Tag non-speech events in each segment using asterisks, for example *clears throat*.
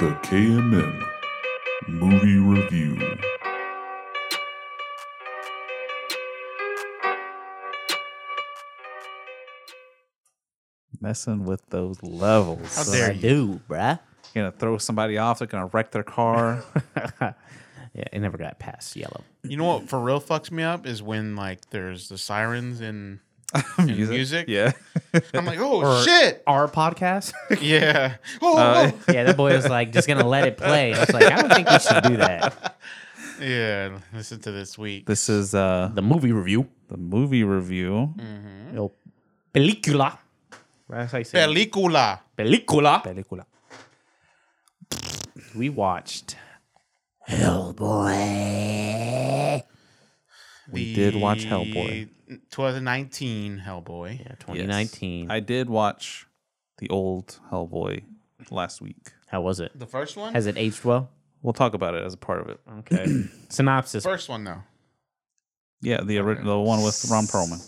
The KMM Movie Review. Messing with those levels. How son. dare I do, bruh. You're gonna throw somebody off. They're gonna wreck their *laughs* car. *laughs* yeah, it never got past yellow. You know what for real fucks me up is when like there's the *laughs* sirens in, in music. Yeah. I'm like, oh Or- *laughs* shit. Our podcast? Yeah. Uh, Oh, *laughs* yeah, that boy was like just gonna let it play. I was like, I don't think we should do that. oh. yeah. Listen to this week. This is uh The movie review. the movie review. Mm. El película. Right, that's how you say it. Película. película. Película. We watched. We did watch Hellboy. 2019 Hellboy. Yeah, 2019. I did watch the old Hellboy last week. how was it? The first one? Has it aged well? We'll talk about it as a part of it. Okay. *clears throat* Synopsis. first one though. Yeah, the ori- the one with Ron Perlman.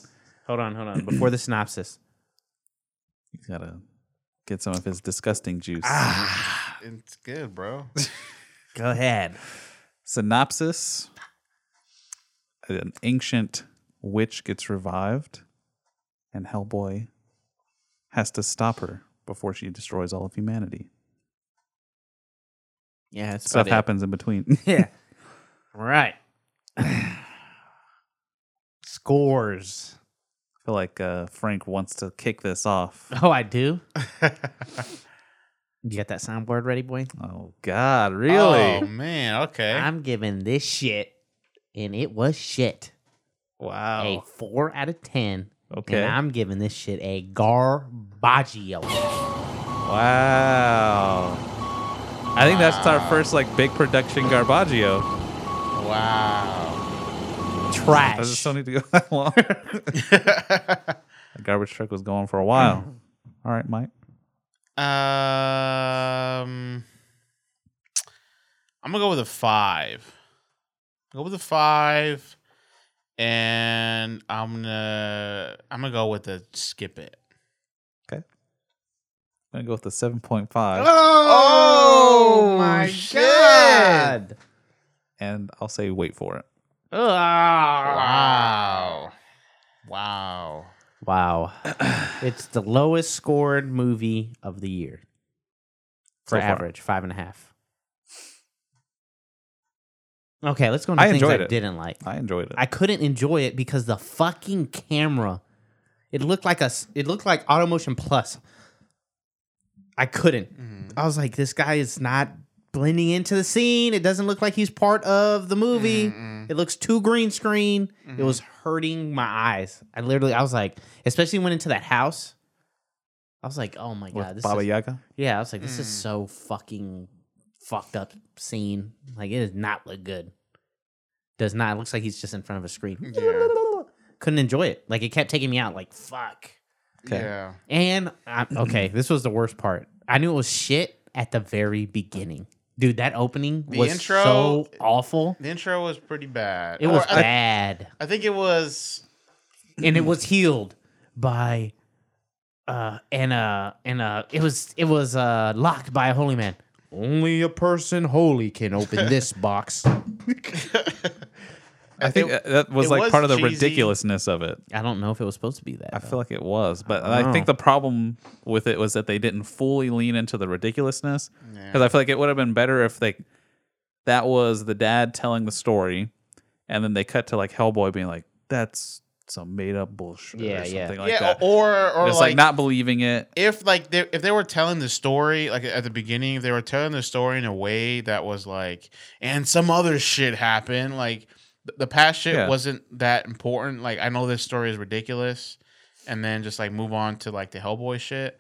Hold on, hold on. Before the synopsis. He's gotta get some of his disgusting juice. Ah, It's good, bro. Go ahead. synopsis an ancient witch gets revived and hellboy has to stop her before she destroys all of humanity Yeah, it's stuff happens in between *laughs* Yeah. right. Scores. i feel like uh, frank wants to kick this off *laughs* Oh, I do. you got that soundboard ready, boy? oh god *laughs* really Oh man, okay. I'm giving this shit, and it was shit. wow A four out of ten. Okay. And I'm giving this shit a garbaggio. wow i think that's our first like big production garbaggio wow. Trash. does it still need to go that long the garbage truck was going for a while all right mike Um I'm gonna go with a five. Go with a five. And I'm gonna I'm gonna go with a skip it. i'm gonna go with the 7.5 Ah! Oh, my god. and I'll say wait for it. Wow. Wow. Wow. it's the lowest scored movie of the year. So For far. average, five and a half. Okay, let's go into I things I enjoyed it. didn't like. I enjoyed it. I couldn't enjoy it because the fucking camera. It looked like a. s- It looked like Automotion Plus. I couldn't. I was like, this guy is not blending into the scene. It doesn't look like he's part of the movie. Mm. Mm-hmm. It looks too green screen. It was Mm-hmm. hurting my eyes. I literally, I was like, especially when into that house. I was like, oh my with god, this Baba is, Yaga. yeah. I was like, this Mm. is so fucking fucked up scene. Like, it does not look good. Does not. It looks like he's just in front of a screen Yeah. couldn't enjoy it. Like it kept taking me out. Like fuck. Mm-hmm. Yeah. And i okay, this was the worst part. I knew it was shit at the very beginning, dude. That opening The was intro- so awful. The intro was pretty bad. It was Or I- bad, I think it was and it was healed by, uh, and uh, and uh, it was it was uh locked by a holy man. Only a person holy can open *laughs* this box. I think that- it- that was it like was part of the cheesy. ridiculousness of it. I don't know if it was supposed to be that. I though. feel like it was, but I, know. think the problem with it was that they didn't fully lean into the ridiculousness. Because I feel like it would have been better if they that was the dad telling the story, and then they cut to like Hellboy being like, "That's some made up bullshit." Yeah, or yeah. something like yeah, that. or or it's like, not believing it. if like they, if they were telling the story like at the beginning if they were telling the story in a way that was like and some other shit happened like th- the past shit Yeah. wasn't that important like i know this story is ridiculous and then just like move on to like the hellboy shit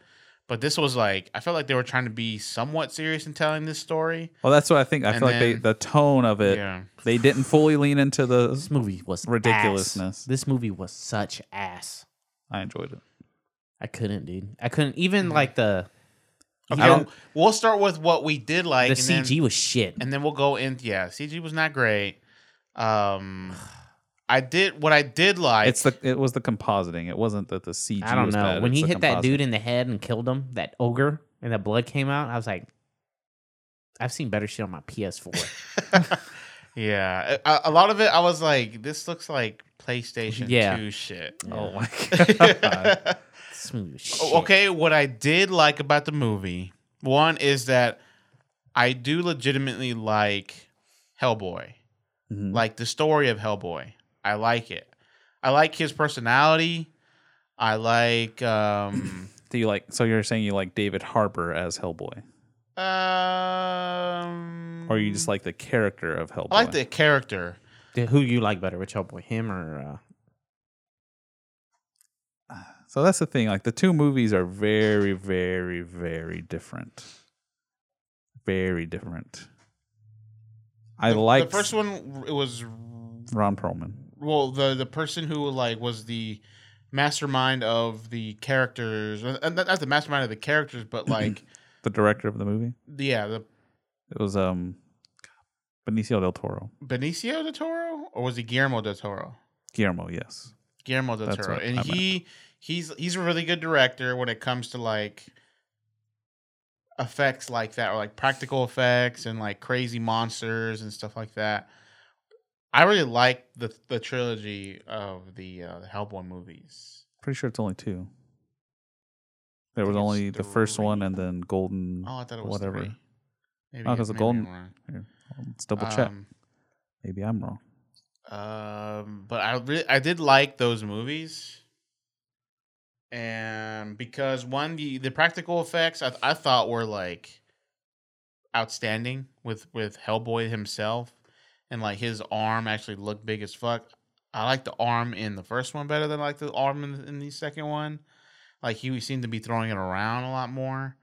but this was like i felt like they were trying to be somewhat serious in telling this story Well, that's what I think. I And feel like they, then- the tone of it, yeah they didn't fully lean into the. this movie was ass. Ridiculousness. This movie was such ass. I enjoyed it. I couldn't, dude. I couldn't even like the okay I don't- we'll start with what we did like the and then- CG was shit. and then we'll go in. Yeah, CG was not great. Um, I did what I did like. It's the it was the compositing. It wasn't that the CG. I don't was know bad, when it's he the hit that compositing. dude in the head and killed him, that ogre, and the blood came out. I was like, I've seen better shit on my PS4. yeah, a, a lot of it I was like, this looks like PlayStation Yeah. 2 *laughs* shit. *laughs* Yeah. Oh my *laughs* god. this movie was shit. O- Okay, what I did like about the movie, one is that I do legitimately like Hellboy. Mhm. Like the story of Hellboy. I like it. I like his personality. I like *clears throat* um Do you like? So you're saying you like David Harbour as Hellboy, um or you just like the character of Hellboy? I like the character. Th- Who you like better, Rich Hellboy, him or uh, So that's the thing. Like the two movies are very, very, very different. Very different. I the, like the first one it was Ron Perlman. well the the person who like was the mastermind of the characters uh, not not the mastermind of the characters but like the director of the movie. yeah the It was um Benicio del Toro. Benicio del Toro or was he Guillermo del Toro? Guillermo, yes. Guillermo del That's Toro, what and I meant. he he's he's a really good director when it comes to like effects like that or like practical effects and like crazy monsters and stuff like that. I really like the the trilogy of the uh, Hellboy movies. Pretty sure it's only two. There was think it's only the first three. one and then Golden. Oh, I thought it was Whatever. three. Maybe, Oh, 'cause the maybe golden- I'm wrong. Let's double check. Um, Maybe I'm wrong. Um, but I really I did like those movies, and because one the the practical effects I I thought were like outstanding with with Hellboy himself, and like his arm actually looked big as fuck. I like the arm in the first one better than like the arm in the, in the second one. Like he seemed to be throwing it around a lot more.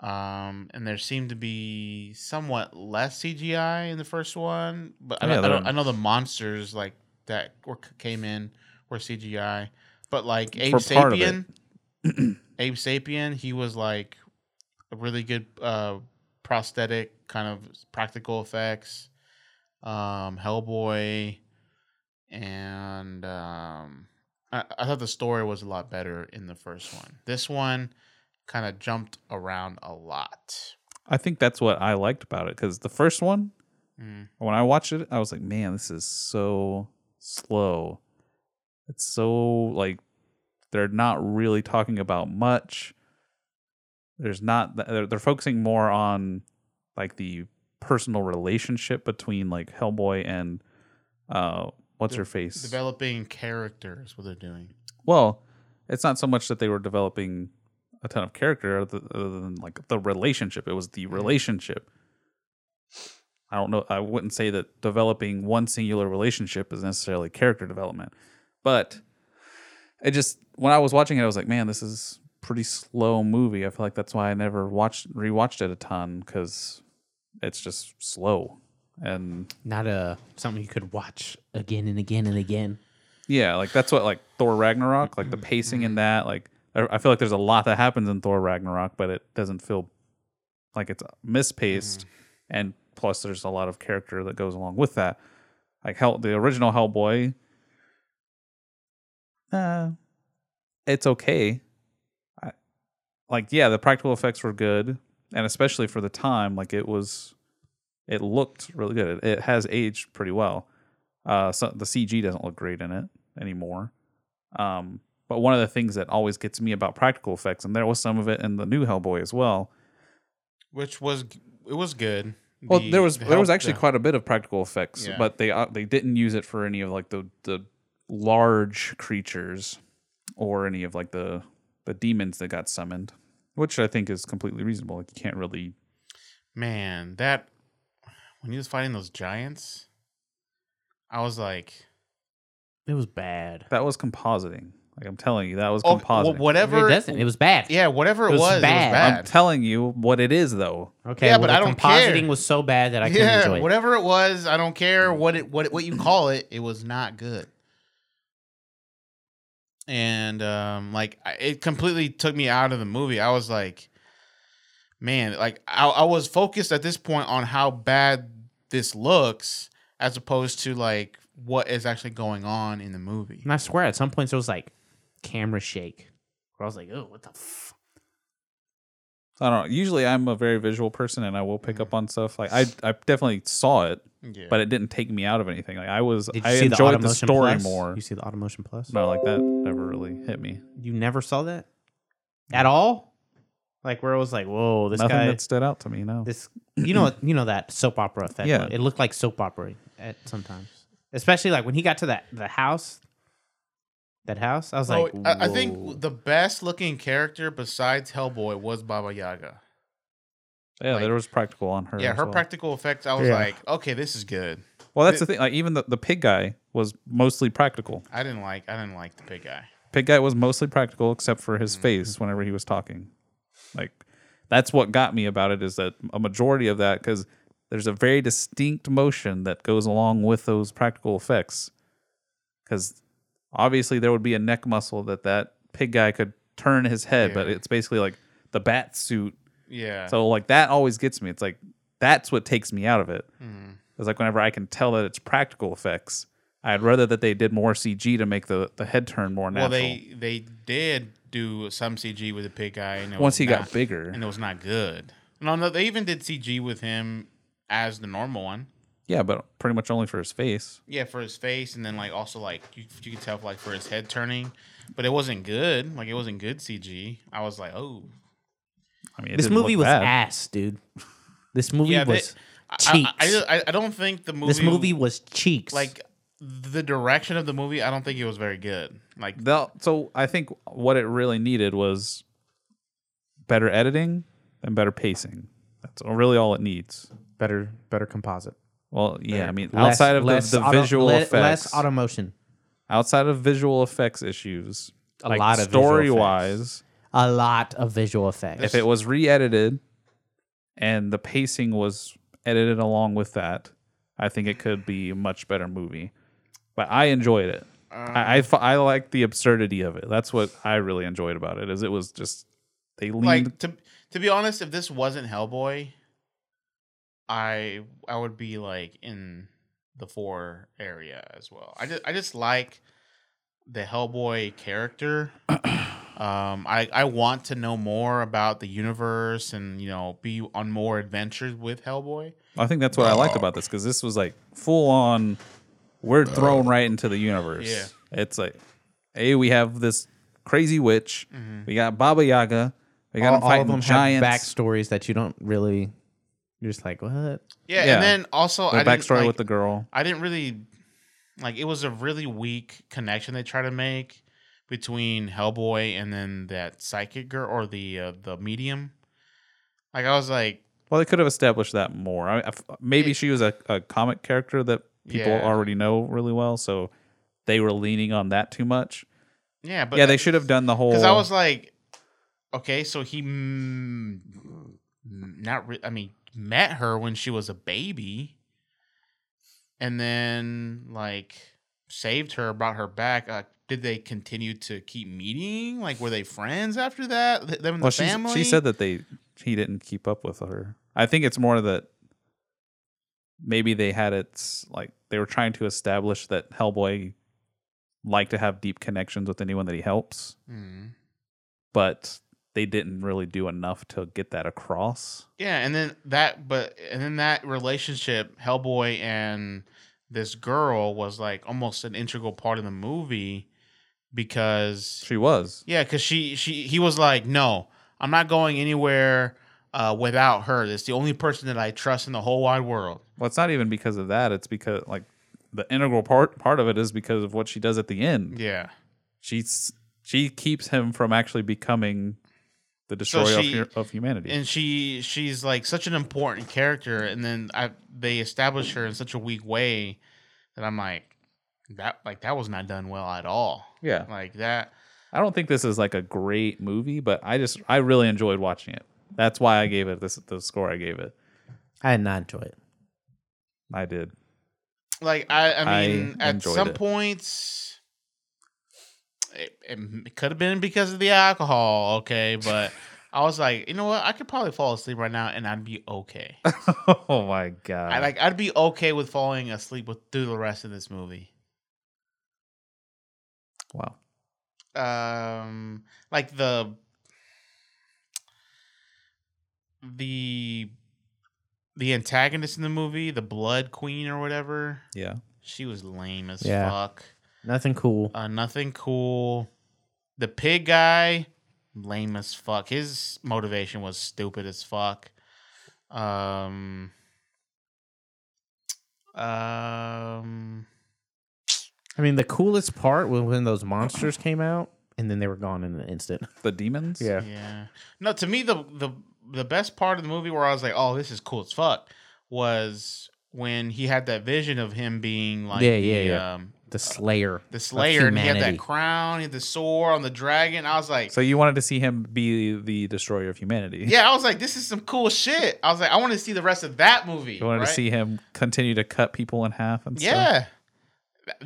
Um, and there seemed to be somewhat less CGI in the first one, but I, Yeah, don't, I, they're- don't, I know the monsters like that were came in were CGI, but like Abe For part of Sapien, *clears throat* Abe Sapien, he was like a really good uh, prosthetic kind of practical effects, um, Hellboy, and um, I, I thought the story was a lot better in the first one. This one kind of jumped around a lot. I think that's what I liked about it because the first one, Mm. when I watched it, I was like, man, this is so slow. It's so like they're not really talking about much. There's not th- they're, they're focusing more on like the personal relationship between like Hellboy and uh what's De- her face? Developing characters, what they're doing. well, it's not so much that they were developing a ton of character other other than like the relationship. It was the relationship. I don't know. I wouldn't say that developing one singular relationship is necessarily character development, but it just when I was watching it, I was like, man, this is pretty slow movie. I feel like that's why I never watched rewatched it a ton because it's just slow and not a something you could watch again and again and again? Yeah, like that's what like Thor Ragnarok, like the pacing in that, like I, I feel like there's a lot that happens in Thor Ragnarok, but it doesn't feel like it's mispaced, and plus there's a lot of character that goes along with that. Like Hell, the original Hellboy, uh, it's okay. I, like yeah, the practical effects were good, and especially for the time, like it was, it looked really good. It, it has aged pretty well. Uh, so the CG doesn't look great in it anymore. Um, but one of the things that always gets me about practical effects, and there was some of it in the new Hellboy as well. which was it was good. Well, The- there was the there was help- actually the- quite a bit of practical effects, Yeah. but they uh, they didn't use it for any of like the the large creatures or any of like the the demons that got summoned, which I think is completely reasonable. Like you can't really man that when he was fighting those giants, I was like, It was bad. that was compositing. Like I'm telling you, that was oh, compositing. wh- whatever. it doesn't. It was bad. yeah, whatever it It was, was it was bad. I'm bad. telling you what it is though. Okay. Yeah, well, but the I don't compositing care. was so bad that I couldn't yeah, enjoy it. whatever it was, I don't care what it what it, what you call it. It was not good. And um, like I- it completely took me out of the movie. I was like, man, like I, I was focused at this point on how bad this looks, as opposed to like what is actually going on in the movie. And I swear, at some points, it was like camera shake. Where I was like, "Oh, what the f-? I don't know. Usually I'm a very visual person and I will pick Mm. up on stuff. Like I I definitely saw it, Yeah. but it didn't take me out of anything. Like I was Did you I see the, enjoyed the, Automotion story Plus? more. You see the Automotion Plus? But like that never really hit me. You never saw that at all. Like where it was like, whoa, this Nothing guy, that stood out to me, no. this you know, you know that soap opera effect. Yeah. it looked like soap opera at sometimes, especially like when he got to that the house. That house, I was Oh, like, I, I whoa. think the best looking character besides Hellboy was Baba Yaga. yeah, like- there was practical on her. yeah, as her well. practical effects. I was Yeah. like, okay, this is good. Well, that's the thing. Like even the, the pig guy was mostly practical. I didn't like. I didn't like the big guy. Pig guy was mostly practical except for Mm-hmm. his face whenever he was talking. Like that's what got me about it is that a majority of that cuz there's a very distinct motion that goes along with those practical effects. Cuz obviously there would be a neck muscle that that pig guy could turn his head, but Yeah. it's basically like the bat suit. Yeah. So like that always gets me. It's like that's what takes me out of it. Mhm. It's like whenever I can tell that it's practical effects, I'd rather that they did more CG to make the, the head turn more well, natural. they they did do some CG with the pig guy. And it Once was he not- got bigger, and it was not good. No, no, they even did CG with him as the normal one. yeah, but pretty much only for his face. Yeah, for his face, and then like also like you, you could tell like for his head turning, but it wasn't good. Like it wasn't good CG. I was like, oh, I mean, it this didn't look movie was bad. ass, dude. This movie yeah. they- was I- cheeks. I, I, I, I don't think the movie. this movie was cheeks. like the direction of the movie. I don't think it was very good. Like They'll- so I think what it really needed was better editing and better pacing. That's really all it needs. better, better composite. Well, yeah, I mean, Less- outside of the, less the auto- visual le- effects, less automotion. outside of visual effects issues, A like lot of visual story effects. wise, A lot of visual effects. if it was re-edited and the pacing was edited along with that, I think it could be a much better movie. But I enjoyed it. I Um, I, fu- I like the absurdity of it. That's what I really enjoyed about it. Is it was just they leaned. like to to be honest, if this wasn't Hellboy, I I would be like in the four area as well. I just I just like the *coughs* Hellboy character. um, I I want to know more about the universe and you know be on more adventures with Hellboy. I think that's what I liked about this because this was like full on. We're thrown right into the universe. Yeah. it's like, hey, we have this crazy witch. Mm-hmm. We got Baba Yaga. We got all, him all fighting of them giants. have backstories that you don't really. You're just like, what? Yeah, Yeah. and then also the I didn't, backstory like, with the girl. I didn't really like it was a really weak connection they try to make between Hellboy and then that psychic girl or the uh, the medium. Like I was like, Well, they could have established that more. I, I- maybe It- she was a, a comic character that people Yeah. already know really well, so they were leaning on that too much. yeah, but yeah, they should have done the whole. Because I was like, okay, so he mm, not re- I mean met her when she was a baby, and then like saved her, brought her back. Uh, did they continue to keep meeting? Like, were they friends after that? Th- Them and well, the she family. she said that they he didn't keep up with her. I think it's more that maybe they had it s- like they were trying to establish that Hellboy liked to have deep connections with anyone that he helps, Mhm. but they didn't really do enough to get that across. Yeah, and then that, but and then that relationship, Hellboy and this girl was like almost an integral part of the movie because She was. Yeah, because she she he was like, no, I'm not going anywhere uh, without her. It's the only person that I trust in the whole wide world. Well, it's not even because of that. It's because like the integral part part of it is because of what she does at the end. Yeah. She's she keeps him from actually becoming the destroyer she- of, hu- of humanity. and she she's like such an important character and then I, they establish her in such a weak way that i'm like that like that was not done well at all yeah, like that I don't think this is like a great movie, but I just I really enjoyed watching it. That's why I gave it this the score I gave it. I did not enjoy it. I did. *laughs* like i i I mean at enjoyed some it. points it, it, it could have been because of the alcohol okay *laughs* but i was like you know what i could probably fall asleep right now and i'd be okay *laughs* oh my god! I like I'd be okay with falling asleep with through the rest of this movie. wow. Um like the the the antagonist in the movie, the Blood Queen or whatever, Yeah. she was lame as Yeah. fuck. Nothing cool. Uh, nothing cool. The pig guy, lame as fuck. His motivation was stupid as fuck. Um. Um. I mean, the coolest part was when those monsters came out and then they were gone in an instant. *laughs* The demons. Yeah. No, to me the the the best part of the movie where I was like, "Oh, this is cool as fuck," was when he had that vision of him being like Yeah, the, yeah, yeah. Um, The Slayer. the Slayer, and he had that humanity. crown, he had the sword on the dragon. I was like, So you wanted to see him be the destroyer of humanity. "Yeah," I was like, "This is some cool shit." I was like, "I want to see the rest of that movie." You wanted right? to see him continue to cut people in half and stuff. Yeah.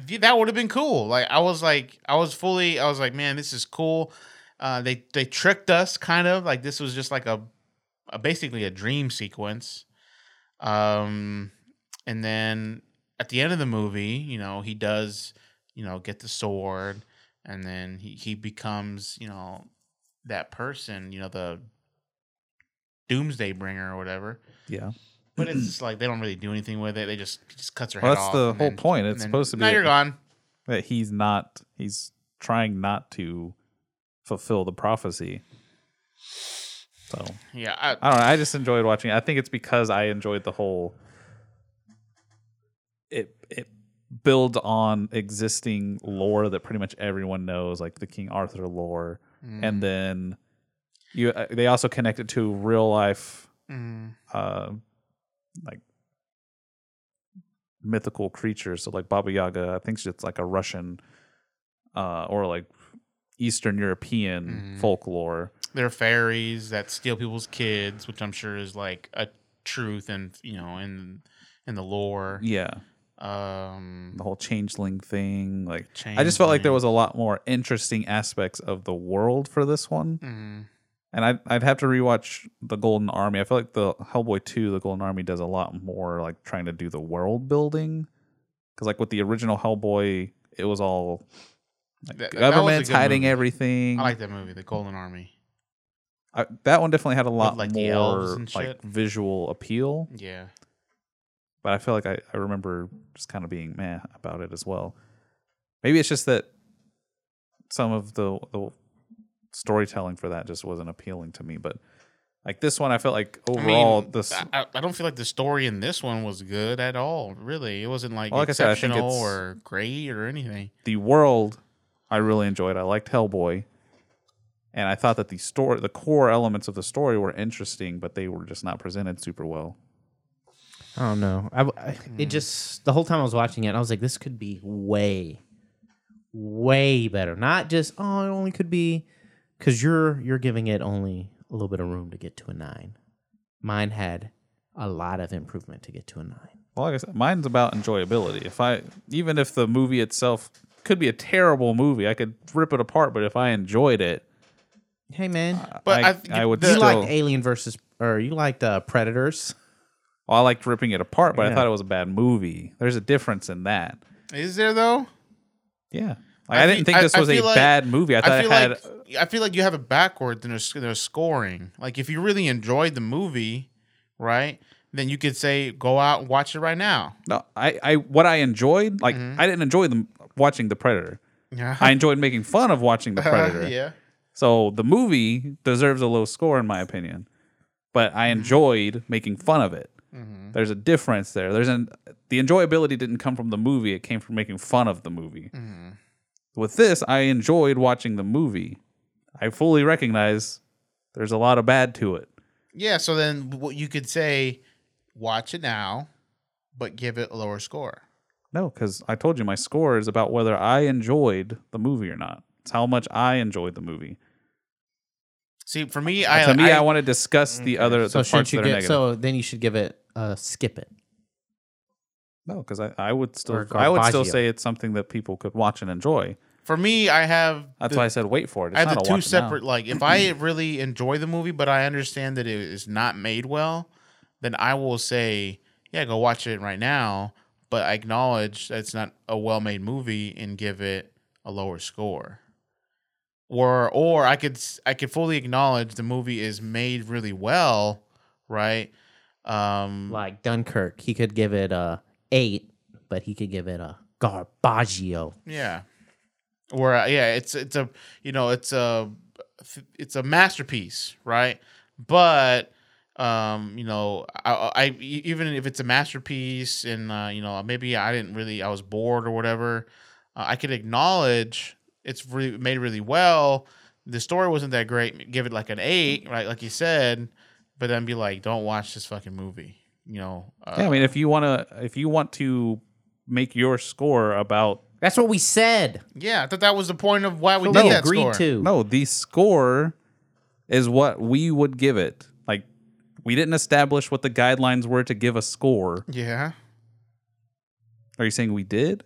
Th- That would have been cool. Like I was like I was fully I was like, man, this is cool. Uh, they they tricked us kind of like this was just like a, a basically a dream sequence. Um and then at the end of the movie, you know, he does, you know, get the sword and then he, he becomes, you know, that person, you know, the doomsday bringer or whatever. Yeah. *clears throat* But it's just like they don't really do anything with it. They just he just cuts her Well, head that's off. the and whole then- point. and It's then, supposed to be Now a- you're gone. That he's not. He's trying not to fulfill the prophecy. So Yeah, I, I don't know. I just enjoyed watching. it. I think it's because I enjoyed the whole. It it builds on existing lore that pretty much everyone knows, like the King Arthur lore, and then you uh, they also connect it to real life, Mm. uh, like mythical creatures. So like Baba Yaga, I think it's like a Russian, uh, or like Eastern European Mhm. folklore. there are fairies that steal people's kids, which I'm sure is like a truth and you know in in the lore. Yeah. Um, the whole changeling thing. Like I just felt like there was a lot more interesting aspects of the world for this one. mm, And I'd I'd have to rewatch the Golden Army. I feel like the Hellboy two, the Golden Army does a lot more like trying to do the world building. Because like with the original Hellboy, it was all like, That- that was a governments good hiding movie. everything. I like that movie, The Golden Army. I- that one definitely had a lot like, the elves more and like shit. visual appeal. Yeah, but I feel like I, I remember just kind of being meh about it as well. Maybe it's just that some of the, the storytelling for that just wasn't appealing to me. But like this one, I felt like overall I mean, this. I- I, I don't feel like the story in this one was good at all. Really, it wasn't like, Well, like I said, I think exceptional it's- or great or anything. the world I really enjoyed. I liked Hellboy. And I thought that the story, the core elements of the story were interesting, but they were just not presented super well. I don't know. I, I- Hmm. it just the whole time I was watching it, I was like, this could be way, way better. Not just oh, it only could be because you're you're giving it only a little bit of room to get to a nine. Mine had a lot of improvement to get to a nine. Well, like I said, mine's about enjoyability. If I, even if the movie itself could be a terrible movie, I could rip it apart. But if I enjoyed it, Hey man, But I, I think I would the- you Uh, still. liked Alien versus or you liked uh, Predators? well, I liked ripping it apart, but I Yeah. thought it was a bad movie. There's a difference in that. Is there though? Yeah, like, I I, didn't fe- think this I- I was a feel like- bad movie. I thought I it feel had. like I feel like you have it backwards in their, sc- their scoring. Like if you really enjoyed the movie, right, then you could say go out and watch it right now. no, I, I, what I enjoyed, like I didn't enjoy the watching the Predator. *laughs* Yeah, I enjoyed making fun of watching the Predator. yeah. So the movie deserves a low score in my opinion, but I enjoyed making fun of it. There's a difference there. There's an the enjoyability didn't come from the movie; it came from making fun of the movie. With this, I enjoyed watching the movie. I fully recognize there's a lot of bad to it. Yeah, so then what you could say watch it now, but give it a lower score. No, because I told you my score is about whether I enjoyed the movie or not. It's how much I enjoyed the movie. See, for me, I Uh, to me, I, I- want to discuss the other So the parts shouldn't that you are get? negative. So then you should give it uh, skip it. No, because I, I would still Or I would still Garbaggio. say it's something that people could watch and enjoy. for me, I have That's the- why I said wait for it. It's I have not the a two watch it now. separate. Like, *clears throat* if I really enjoy the movie, but I understand that it is not made well, then I will say, yeah, go watch it right now. But I acknowledge that it's not a well-made movie and give it a lower score. Or, or I could s- I could fully acknowledge the movie is made really well, right? Um, Mm-hmm. Like Dunkirk, he could give it a eight, but he could give it a garbaggio. Yeah. Where uh, yeah, it's it's a you know it's a it's a masterpiece, right? But um, you know, I, I e- even if it's a masterpiece, and uh, you know maybe I didn't really I was bored or whatever, uh, I could acknowledge it's really made really well. The story wasn't that great. Give it like an eight, right? Like you said, but then be like, don't watch this fucking movie. You know, uh, yeah, I mean, if you want to, if you want to make your score about That's what we said. yeah. I thought that was the point of why we What did we that agreed score. to. no, the score is what we would give it. Like, we didn't establish what the guidelines were to give a score. Yeah. Are you saying we did?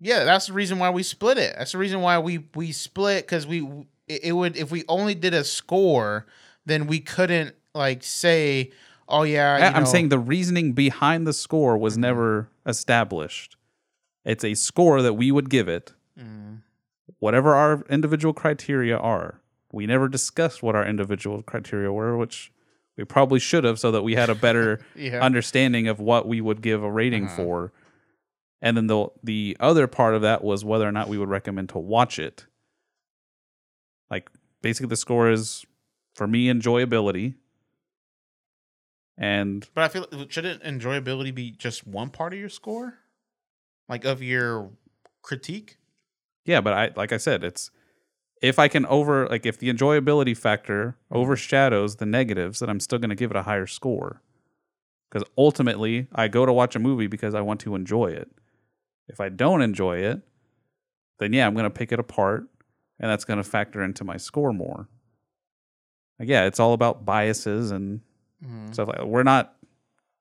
Yeah, that's the reason why we split it. That's the reason why we we split because we it it would if we only did a score, then we couldn't like say, oh yeah. I- you I'm know, Mm-hmm. saying the reasoning behind the score was never established. It's a score that we would give it, Mm, whatever our individual criteria are. We never discussed what our individual criteria were, which we probably should have, so that we had a better Yeah. understanding of what we would give a rating for. And then the the other part of that was whether or not we would recommend to watch it. Like basically, the score is for me enjoyability, and But I feel shouldn't enjoyability be just one part of your score, like of your critique? Yeah, but I like I said, it's if I can over like if the enjoyability factor overshadows the negatives, then I'm still going to give it a higher score. Because ultimately, I go to watch a movie because I want to enjoy it. If I don't enjoy it, then yeah, I'm going to pick it apart, and that's going to factor into my score more. Like, yeah, it's all about biases and stuff like that. We're not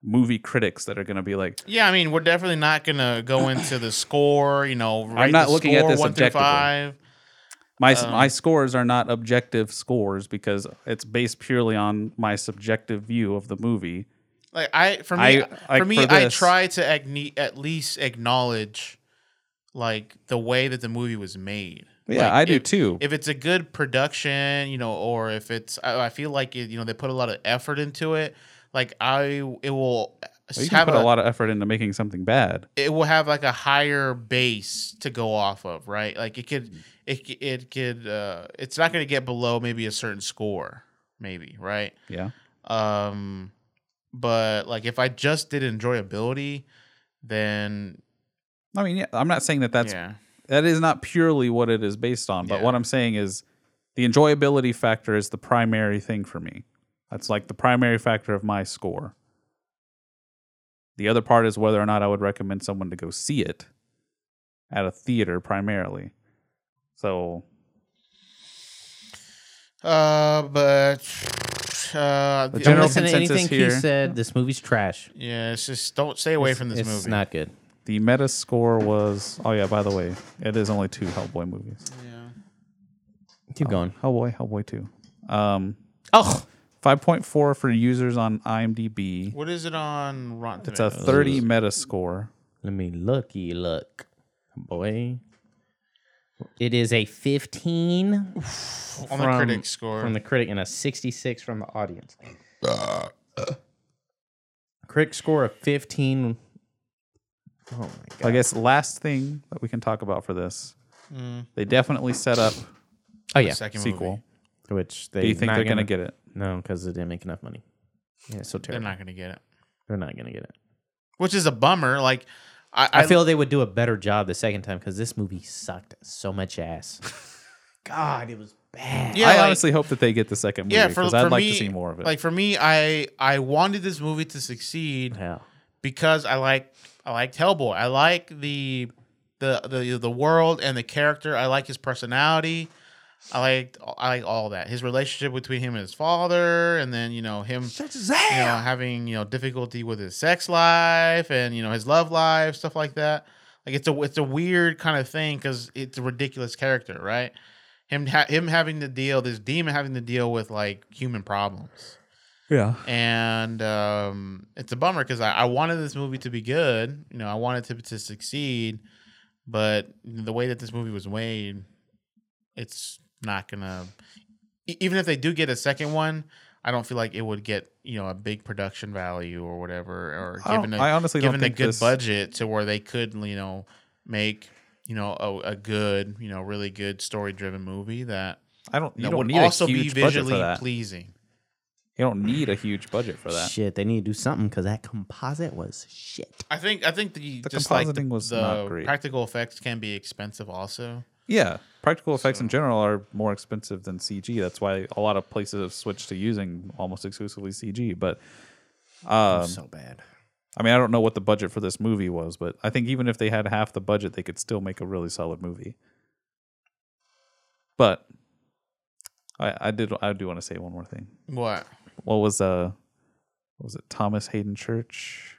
movie critics that are going to be like, Yeah, I mean we're definitely not gonna go into the score. You know, rate not the looking at score this one through objectively. five. my Um, my scores are not objective scores because it's based purely on my subjective view of the movie. Like I for I- me like, for me for I this- try to agne- at least acknowledge like the way that the movie was made. Yeah, Like, I do if- too. If it's a good production, you know, or if it's I, I feel like it, you know they put a lot of effort into it. Like I it will you can have put a lot of effort into making something bad. it will have like a higher base to go off of, right? Like it could it c- it could uh it's not going to get below maybe a certain score maybe, right? Yeah. Um, but like if I just did enjoyability, then I mean, yeah, I'm not saying that that's yeah, that is not purely what it is based on, but Yeah. what I'm saying is the enjoyability factor is the primary thing for me. That's like the primary factor of my score. The other part is whether or not I would recommend someone to go see it at a theater primarily. So uh, but uh, The the- general- Listen to consensus anything he here- said. This movie's trash. yeah, it's just don't stay away from this it's movie. not good. The meta score was oh yeah, by the way, it is only two Hellboy movies. Keep going. Hellboy, Hellboy two. Um Oh, five point four for users on IMDB. What is it on Rotten It's a Tomatoes? thirty meta score. let me looky look, boy. It is a fifteen on the critic score. from the critic and a 66 from the audience. Uh, critic score of 15. Oh my god. I guess last thing that we can talk about for this. Mm. They definitely set up Oh yeah. second sequel. movie. Which they Do you think they're gonna, get it? No, because they didn't make enough money. Yeah, it's so They're terrible. not gonna get it, They're not gonna get it. which is a bummer. Like I, I, feel they would do a better job the second time because this movie sucked so much ass. God, it was bad. yeah, I like- honestly hope that they get the second movie yeah. For, because for I'd like me, to see more of it. Like for me, I I wanted this movie to succeed. Yeah. because I like I liked Hellboy. I like the the the the world and the character. I like his personality. I liked I like all that. His relationship between him and his father, and then you know him you know, having you know difficulty with his sex life and you know his love life, stuff like that. Like it's a it's a weird kind of thing because it's a ridiculous character, right? Him ha- him having to deal this demon having to deal with like human problems yeah. and um, it's a bummer because I, I wanted this movie to be good. You know, I wanted to to succeed, but the way that this movie was made, it's not gonna. e- Even if they do get a second one, I don't feel like it would get you know a big production value or whatever, or I don't- given a I honestly don't given a think good this- budget to where they could you know make you know a, a good you know really good story driven movie that I don't. You that don't would need also a be huge budget for visually that. pleasing. You don't need a huge budget for that. Shit, they need to do something because that composite was shit. I think I think the, The just like the, compositing was the not great. practical effects can be expensive also. Yeah, practical effects in general are more expensive than CG. That's why a lot of places have switched to using almost exclusively CG. But um, so bad. I mean, I don't know what the budget for this movie was, but I think even if they had half the budget, they could still make a really solid movie. But I, I did. I do want to say one more thing. What? What was uh, what was it? Thomas Hayden Church.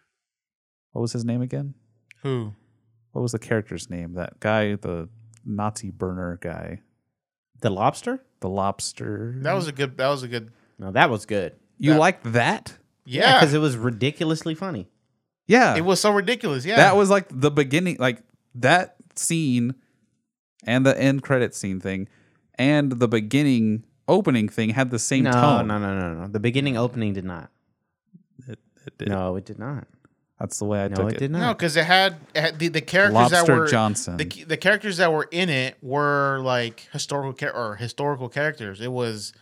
What was his name again? Who? What was the character's name? That guy, the Nazi burner guy, The lobster? the lobster. That was a good. That was a good. No, that was good. You That- like that? Yeah, because it was ridiculously funny. Yeah. it was so ridiculous. Yeah, That was like the beginning, like that scene and the end credit scene thing and the beginning opening thing had the same no, tone. no, no, no, no. The beginning opening did not. It, it did. No, it did not. That's the way I No, took it it. did no, not. because it had, it had the, the characters that Lobster were Johnson. the the characters that were in it were like historical char- or historical characters. It was,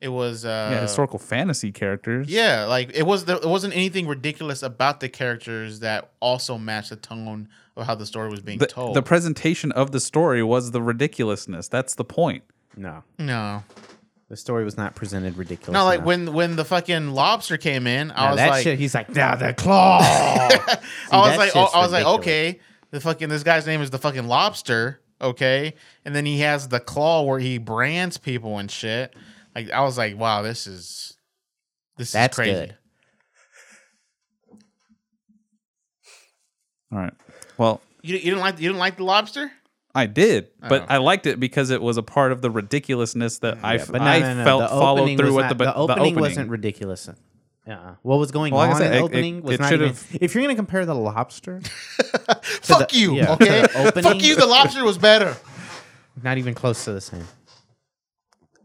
it was uh, yeah, historical fantasy characters. Yeah, like it was. There wasn't anything ridiculous about the characters that also matched the tone of how the story was being The, told. the presentation of the story was the ridiculousness. That's the point. No. no, The story was not presented ridiculous. no, like enough. when when the fucking lobster came in, I Now was that like, *laughs* shit, he's like, now the claw. I was that like, shit's oh, I was like, ridiculous. okay, the fucking this guy's name is the fucking lobster, okay, and then he has the claw where he brands people and shit. Like I was like, wow, this is this That's is crazy. good. All right. Well, You, you didn't like you didn't like the lobster? I did, but Oh. I liked it because it was a part of the ridiculousness that I, Mm, Yeah, f- but no, I no, no, felt the followed opening through was with not- the, but- the opening, the opening wasn't ridiculous. Uh-uh. What was going Well, like I on said, in the it- it- opening was it not even. should've- If you're gonna compare the lobster, Fuck the- you, yeah, okay? to the Fuck opening. you. The lobster was better. not even close to the same.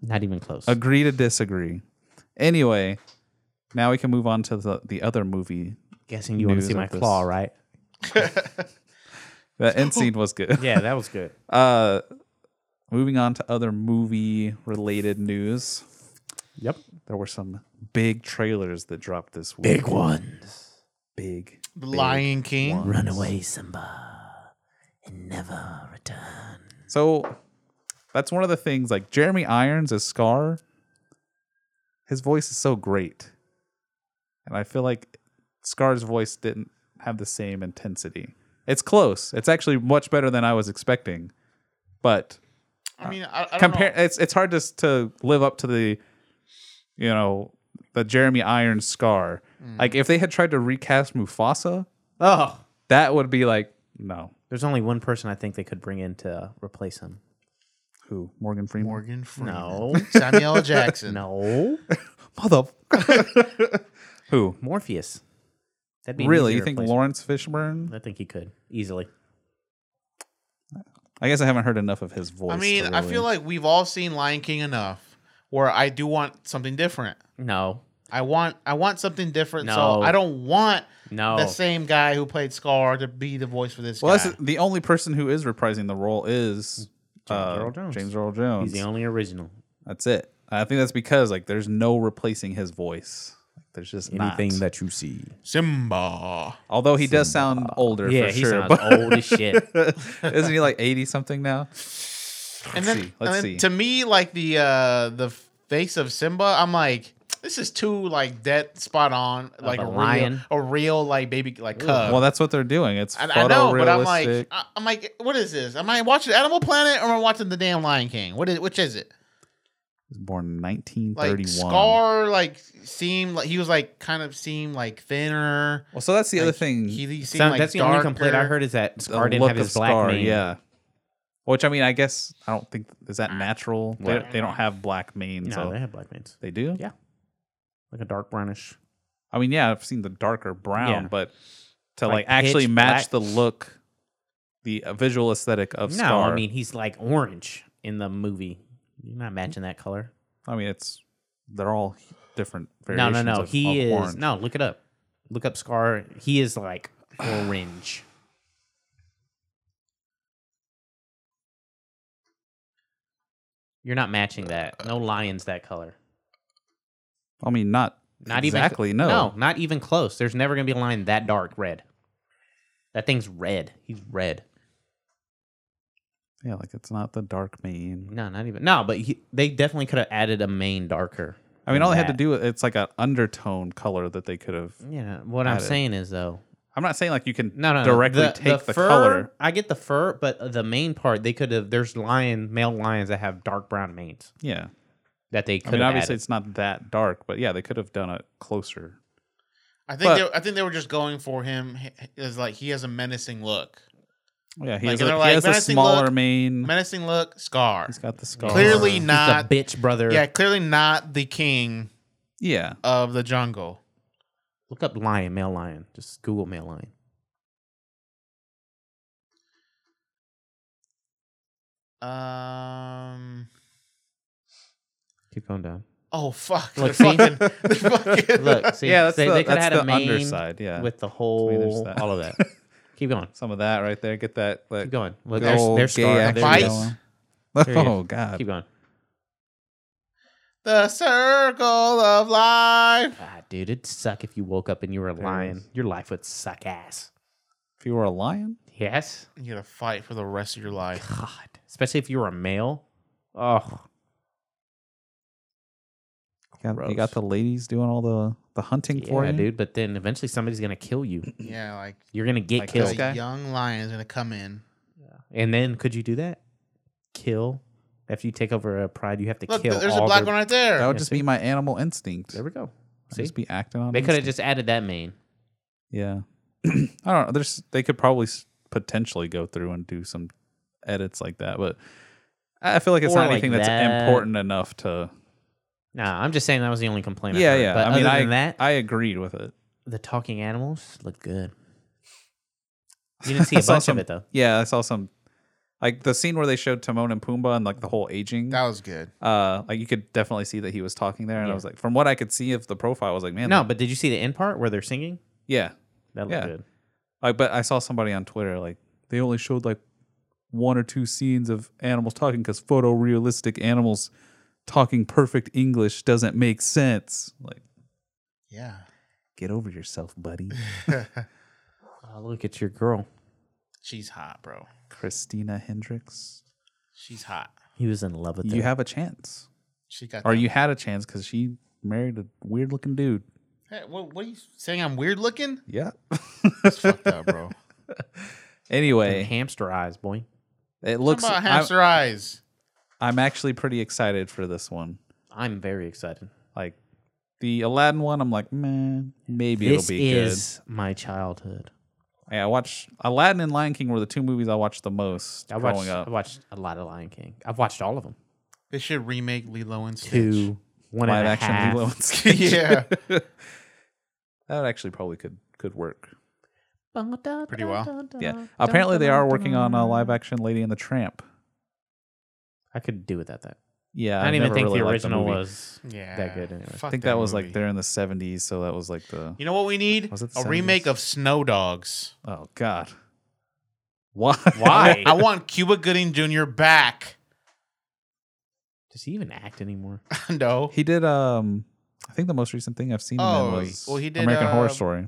Not even close. Agree to disagree. Anyway, now we can move on to the, the other movie. Guessing you want to news see my of this. claw, right? The *laughs* end scene was good. Yeah, that was good. Uh, *laughs* moving on to other movie related news. yep. There were some big trailers that dropped this week. *laughs* Big ones. Big. Lion King. Run away, Simba, and never return. So that's one of the things like Jeremy Irons as Scar. His voice is so great. And I feel like Scar's voice didn't have the same intensity. It's close. It's actually much better than I was expecting. But I mean, I, I don't compare know. it's it's hard to s- to live up to the you know, the Jeremy Irons Scar. Mm. Like if they had tried to recast Mufasa, Oh, that would be like no. there's only one person I think they could bring in to replace him. Who? Morgan Freeman. Morgan Freeman. No, Samuel L. *laughs* Jackson. no, Mother. *laughs* Who? Morpheus. That'd an Really? easier You think replacement. Lawrence Fishburne? I think he could easily. I guess I haven't heard enough of his voice. I to mean, I really- feel like we've all seen Lion King enough. Where I do want something different. No, I want I want something different. So No. I don't want no. the same guy who played Scar to be the voice for this Well, guy. that's the only person who is reprising the role is James Earl Jones. James Earl Jones. He's the only original. that's it. I think that's because like there's no replacing his voice. There's just Anything not. that you see. Simba. Although he does sound older Yeah, for he sure. sounds but old *laughs* as shit. isn't he like eighty something now? And then, see. Let's and then see. to me, like the uh the face of Simba, I'm like, this is too like dead spot on, like a a, lion. real, a real like baby like cub. Well, that's what they're doing. It's Uh, photorealistic. I, I know, but I'm like, I, I'm like, what is this? Am I watching Animal Planet or am I watching the damn Lion King? What is which is it? He was born in Like 1931. Scar, like seemed like he was like kind of seemed like thinner. Well, so that's the other Like, thing. he, he seemed Sound- like that's the only complaint I darker. heard is that the Scar didn't look have his of black Scar, mane. Yeah. Which I mean, I guess I don't think is that Mm. natural. They, What? they don't have black mane, No, so they they, have black manes. do. Yeah. Like a dark brownish. I mean, yeah, I've seen the darker brown, Yeah. but to Like like, actually pitch match black. the look, the uh, visual aesthetic of no, Scar. I mean he's like orange in the movie. You're not matching that color. I mean, it's they're all different No, variations. no, no. Of, He of is orange. no. Look it up. Look up Scar. He is like orange. You're not matching that. No lion's that color. I mean, not Not exactly. even no. No, not even close. There's never gonna be a lion that dark red. That thing's red. He's red. yeah, like it's not the dark mane. No, not even. No, but he, they definitely could have added a mane darker. I mean, all they had to that. do it's like an undertone color that they could have. Yeah. What I'm Added. saying is though, I'm not saying like you can no, no, no. directly take the, fur, color. I get the fur, but the main part they could have. There's lion, male lions that have dark brown manes Yeah, that they could. I mean, obviously added. it's not that dark, but yeah, they could have done it closer. I think But- they, I think they were just going for him is like he has a menacing look, Yeah, he Like, has, and a, they're he like, has a "Man, I think, smaller look, mane. menacing look, scar. He's got the scar. Clearly Oh, He's not- a bitch, brother. Yeah, clearly not the king Yeah. of the jungle. Look up lion, male lion. Just Google male lion. Um. Keep *laughs* going down. Oh fuck! Look, The see? fucking- the fucking- *laughs* Look, see, yeah, that's they, the, they could that's have had the a mane underside. Yeah, with the mean, there's whole, that. all of that. Keep going. *laughs* some of that right there. Get that. that Keep going. Look, good there's, old there's gay scar. action There he is. Vice. going. There he *laughs* is. Oh god. Keep going. The circle of life. Ah, dude, it'd suck if you woke up and you were a There it lion. is. Your life would suck ass. if you were a lion, Yes. You gotta fight for the rest of your life. God, especially if you were a male. Oh, you got, you Gross. got the ladies doing all the the hunting for yeah, you, dude. But then eventually somebody's gonna kill you. Yeah, like You're gonna get Like killed. this guy? a young lion's gonna come in. And then could you do that? Kill after you take over a pride, you have to Look, kill. there's a all black their- one right there. That would Yeah, just see? be my animal instinct. There we go. I'd See, just be acting on. they could have instinct. just added that main. *clears throat* Yeah. I don't know. There's they could probably s- potentially go through and do some edits like that, but I I feel like it's Or not like anything that's that. important enough to. Nah, I'm just saying that was the only complaint. I Yeah, heard. yeah. But I mean, other I than that, I agreed with it. the talking animals look good. You didn't see *laughs* a I saw bunch some- of it though. Yeah, I saw some like the scene where they showed Timon and Pumbaa and like the whole aging. That was good. uh, like you could definitely see that he was talking there, and I Yeah. was like, from what I could see of the profile, I was like, man, No, like- but did you see the end part where they're singing? yeah. That looked Yeah. good. I but I saw somebody on Twitter like they only showed like one or two scenes of animals talking because photorealistic animals talking perfect English doesn't make sense. Like, Yeah. get over yourself, buddy. Oh, look at your girl. She's hot, bro. Christina Hendricks, She's hot. He was in love with you her. have a chance, She got. or that- you had a chance because she married a weird looking dude. Hey, what, what are you saying? I'm weird looking. Yeah. *laughs* That's fucked up, bro. Them *laughs* anyway, hamster eyes, boy. it *laughs* What looks. about I'm, hamster eyes? I'm actually pretty excited for this one. I'm very excited. Like the Aladdin one, I'm like, man, maybe this it'll be good. is my childhood. Yeah, I watched Aladdin and Lion King were the two movies I watched the most I growing watched, up. I watched a lot of Lion King. I've watched all of them. They should remake Lilo and Stitch. Two, one Live and a action half. Lilo *laughs* and Stitch. yeah. *laughs* that actually probably could could work. *laughs* Pretty well. Yeah. Apparently, they are working on a live action Lady and the Tramp. I could do without that. Yeah, I don't even never think really the liked original movie. was. Yeah. That good anyway. I I Fuck think that was like movie. there in the '70s, so that was like the You know what we need? Was it the a remake 70s? of *laughs* Snow Dogs. oh god, why? Why? I want Cuba Gooding Jr. back. Does he even act anymore? no. *laughs* he did. Um, I think the most recent thing I've seen him Oh, in was well, he did, American Horror uh, Story.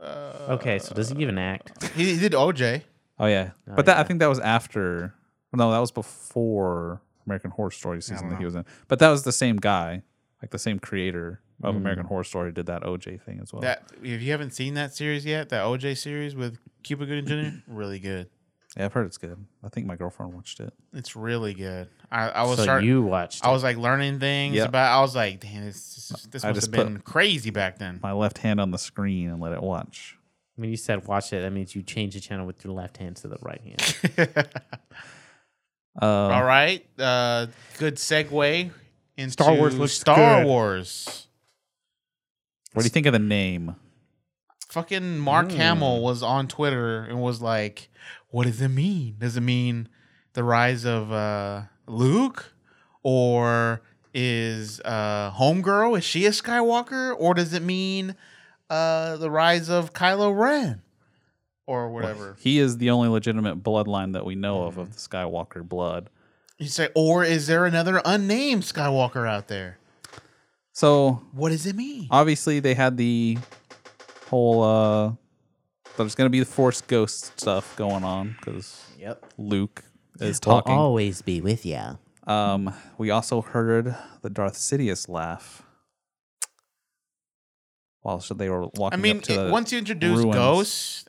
Uh, Okay, so does he even act? He, he did OJ. Oh yeah, Oh, but that I yeah. think that was after. No, that was before American Horror Story season don't that know. he was in. But that was the same guy, like the same creator of Mm. American Horror Story did that OJ thing as well. Mm-hmm. That if you haven't seen that series yet, that OJ series with Cuba Gooding Jr. really good. yeah, I've heard it's good. I think my girlfriend watched it. It's really good. I, I was so start, you watched. I was like learning things Yeah. about. I was like, damn, this this, this I must just have been crazy back then. My left hand on the screen and let it watch. it. when you said watch it, that means you change the channel with your left hand to the right hand. Um, *laughs* All right, uh, good segue into Star Wars looks Star good. Wars. What do you think of the name? Fucking Mm. Mark Hamill was on Twitter and was like, "What does it mean? Does it mean the rise of uh, Luke, or is uh, Homegirl? Is she a Skywalker, or does it mean uh, the rise of Kylo Ren, or whatever? He is the only legitimate bloodline that we know of of the Skywalker blood. You say, or is there another unnamed Skywalker out there? So What does it mean? obviously they had the whole uh there's gonna be the force ghost stuff going on because Yep. luke is I'll talking always be with you. um we also heard the darth sidious laugh while so they were I walking mean, up to it- the once you introduce ruins. ghosts,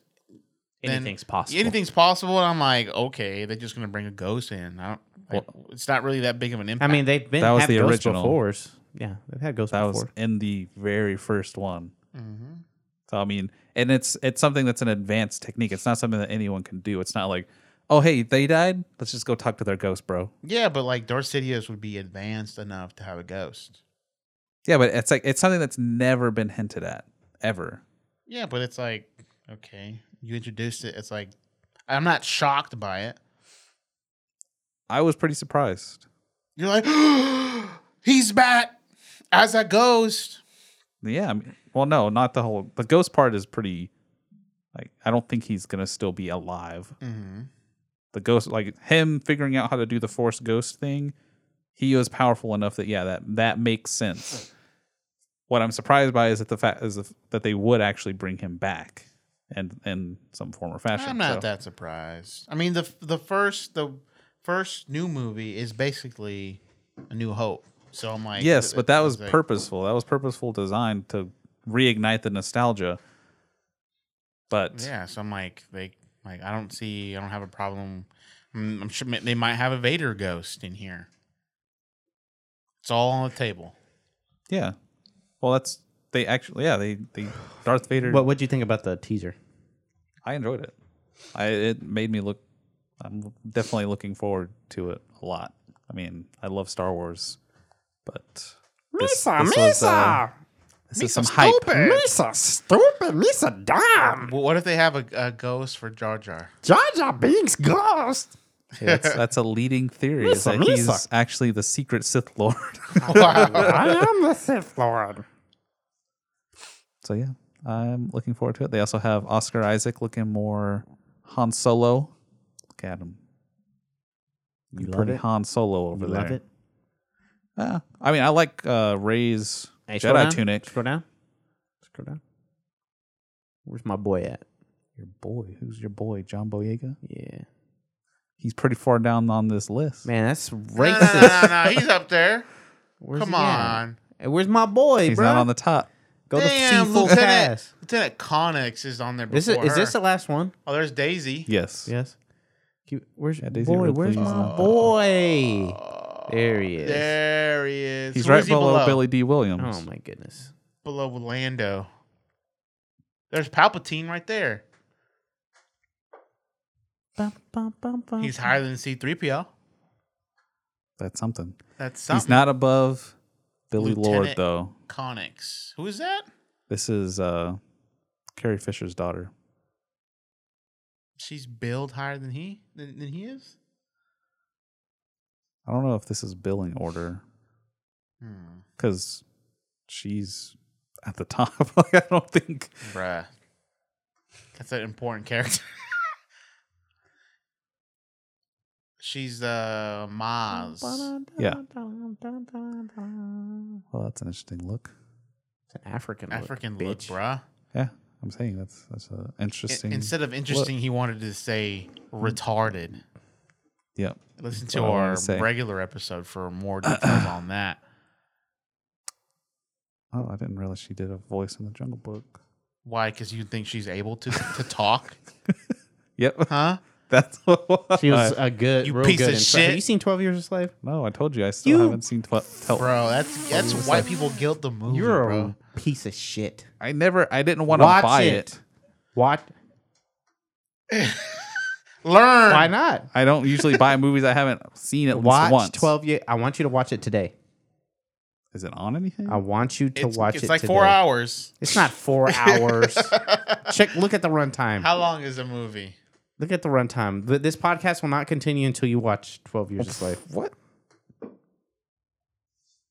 then Anything's possible. anything's possible. And I'm like, okay, they're just gonna bring a ghost in. I don't. Like, it's not really that big of an I impact. mean, they've been That was had the ghosts original. Befores. Yeah, they've had ghosts that was before. in the very first one Mhm. so i mean and it's it's something that's an advanced technique it's not something that anyone can do it's not like oh hey they died let's just go talk to their ghost bro yeah, but like Darth Sidious would be advanced enough to have a ghost. yeah but it's like it's something that's never been hinted at ever Yeah, but it's like, okay, you introduced it. It's like, I'm not shocked by it. I was pretty surprised. You're like, *gasps* he's back as a ghost. Yeah. I mean, well, no, not the whole. The ghost part is pretty. Like, I don't think he's gonna still be alive. Mm-hmm. The ghost, like him figuring out how to do the force ghost thing, he was powerful enough that yeah, that that makes sense. What I'm surprised by is that the fact is the, that they would actually bring him back, and in some form or fashion. I'm not so- that surprised. I mean the the first the first new movie is basically a New Hope. So I'm like, Yes, but that it's was like- purposeful. That was purposeful design to reignite the nostalgia. But Yeah, so I'm like, they like I don't see, I don't have a problem. I'm, I'm sure they might have a Vader ghost in here. It's all on the table. Yeah. Well, that's they actually. Yeah, they they Darth Vader. What What do you think about the teaser? I enjoyed it. I it made me look. I'm definitely looking forward to it a lot. I mean, I love Star Wars, but this, this was, uh, this is some hype. Misa stupid, Misa dumb. Well, what if they have a, a ghost for *laughs* Jar Jar? Jar Jar Binks ghost. *laughs* That's, that's a leading theory. Is that Misa, Misa. he's actually the secret Sith Lord. I am the Sith Lord. so yeah, I'm looking forward to it. They also have Oscar Isaac looking more Han Solo. Look at him. You love Pretty it? Han Solo over You there. love it? Yeah. I mean, I like uh, Ray's Hey, scroll Jedi down. tunic. Scroll down. Scroll down. Where's my boy at? Your boy, who's your boy, John Boyega? Yeah. He's pretty far down on this list. Man, that's No, no, racist. no, no, no, he's up there. Where's Uh, Come he at? on. Hey, where's my boy, he's bro? not on the top. Go Damn, to C4 Lieutenant Pass. Lieutenant Connix is on there. Before This is, is this her. the last one? oh, there's Daisy. Yes. Yes. Keep- Where's Yeah, Daisy boy? Ridley Where's is my on- boy? Oh. there he is. There he is. He's Who right is he below, Billy D. Williams. Oh my goodness. Below Lando. There's Palpatine right there. Bum, bum, bum, bum. He's higher than C-3PO. That's something. That's something. He's not above Billy Lord, Lieutenant- though. Connix. Who is that? This is uh, Carrie Fisher's daughter. She's billed higher than he than, than he is. I don't know if this is billing order Hmm. because she's at the *laughs* top. like, I don't think. *laughs* Bruh. That's an important character. *laughs* She's uh Maz. Yeah. It's Well, that's an interesting look. an African look, African look, bitch. bruh. Yeah, I'm saying that's that's an I- interesting. instead of interesting, he wanted to say retarded. yeah. Listen That's to what I wanted our to say. regular episode for more details on that. Oh, I didn't realize she did a voice in the Jungle Book. Why? Because you think she's able to to talk, Yep, *laughs* huh? that's what She was a uh, good, You real piece good of in- shit. Have you seen Twelve Years a Slave? No, I told you I still You- haven't seen Tw- Tell. Bro, that's that's white people guilt the movie, You're bro. a piece of shit. I never. I didn't want to Watch buy it. it. What? Learn. Why not? I don't usually *laughs* buy movies I haven't seen at least Watch once. Twelve Years. I want you to watch it today. Is it on anything? I want you to it's, watch it's it. like today. four hours. It's not *laughs* four hours. Check. Look at the runtime. How long is a movie? Look at the runtime. Th- This podcast will not continue until you watch Twelve Years a Slave. what?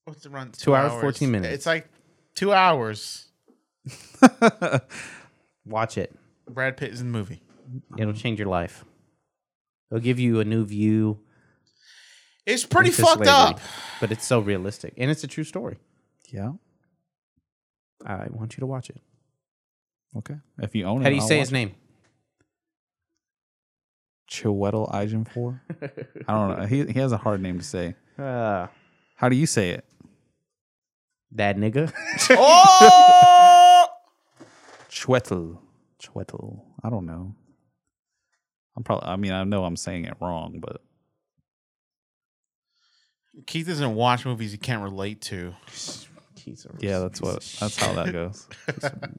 What's the run? Two hours, 14 minutes. It's like two hours. Watch it. Brad Pitt is in the movie. It'll change your life. It'll give you a new view. It's pretty into fucked slavery, up. but it's so realistic and it's a true story. *laughs* Yeah. I want you to watch it. Okay. If you own it, How do you I'll say watch his name? Chiwetel *laughs* Ejiofor. I don't know. He he has a hard name to say. Ah. Uh, How do you say it? that *laughs* nigga. *laughs* Oh! Chwetel. Chwetel. I don't know. I'm probably. I mean, I know I'm saying it wrong, but Keith doesn't watch movies he can't relate to. He's a yeah, that's what. That's how *laughs* that goes.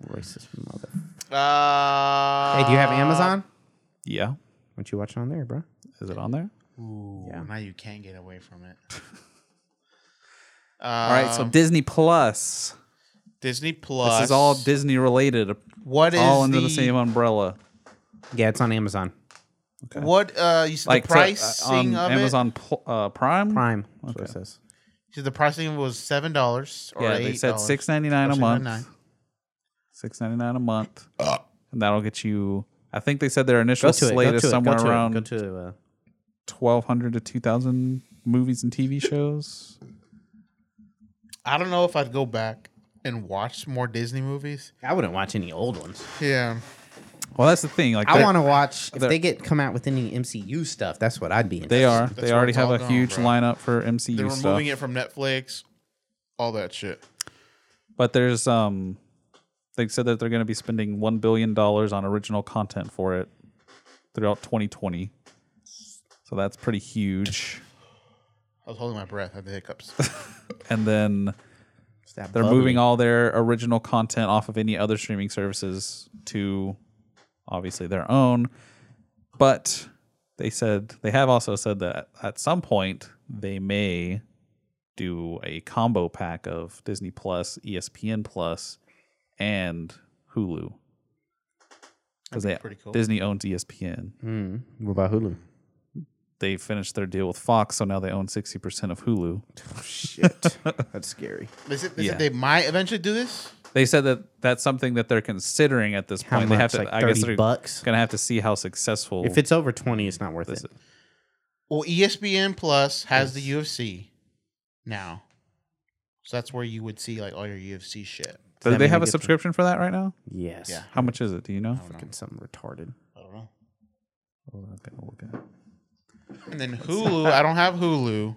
racist mother. Uh, Hey, do you have Amazon? Yeah. What you watching on there, bro? Is it on there? Ooh, Now you can't get away *laughs* from it. All right. So Um, Disney Plus. Disney Plus. This is all Disney related. What is all under the, the same umbrella. Yeah, it's on Amazon What uh, you said Like the so, uh, pricing on of it? Amazon Pl- uh, Prime. Prime. That's Okay. what it says. You said the pricing was seven dollars or Yeah, eight. they said dollars. six ninety nine a $6.99. month. Six ninety nine a month, Uh. and that'll get you. I think they said their initial slate is somewhere around Go to. Uh, twelve hundred to two thousand movies and TV shows. I don't know if I'd go back and watch more Disney movies. I wouldn't watch any old ones. Yeah, Well, that's the thing. Like I they- want to watch if they're- they get come out with any MCU stuff. That's what I'd be. Into. They are. that's They where already it's have all a gone, huge bro. lineup for MCU they're stuff. removing it from Netflix, all that shit. But there's um, they said that they're going to be spending one billion dollars on original content for it throughout 2020. So that's pretty huge. I was holding my breath. I had *laughs* the hiccups. And then It's that they're bubbly. moving all their original content off of any other streaming services to obviously their own but they said they have also said that at some point they may do a combo pack of Disney Plus, E ESPN Plus, and Hulu because they pretty cool. Disney owns E ESPN. Mm. What about Hulu? They finished their deal with Fox, so now they own sixty percent of Hulu. Shit, that's scary. They said, they, Yeah. said they might eventually do this. They said that that's something that they're considering at this How point. much? They have to, like I guess, thirty they're bucks. gonna have to see how successful If it's over twenty, it's not worth it. Well, E ESPN Plus has the UFC now, so that's where you would see like all your UFC shit. Do that they mean have we a get subscription for that right now? Yes. Yeah. How much is it? Do you know? Fucking something retarded. I don't know. Okay. And then Hulu, I don't have Hulu.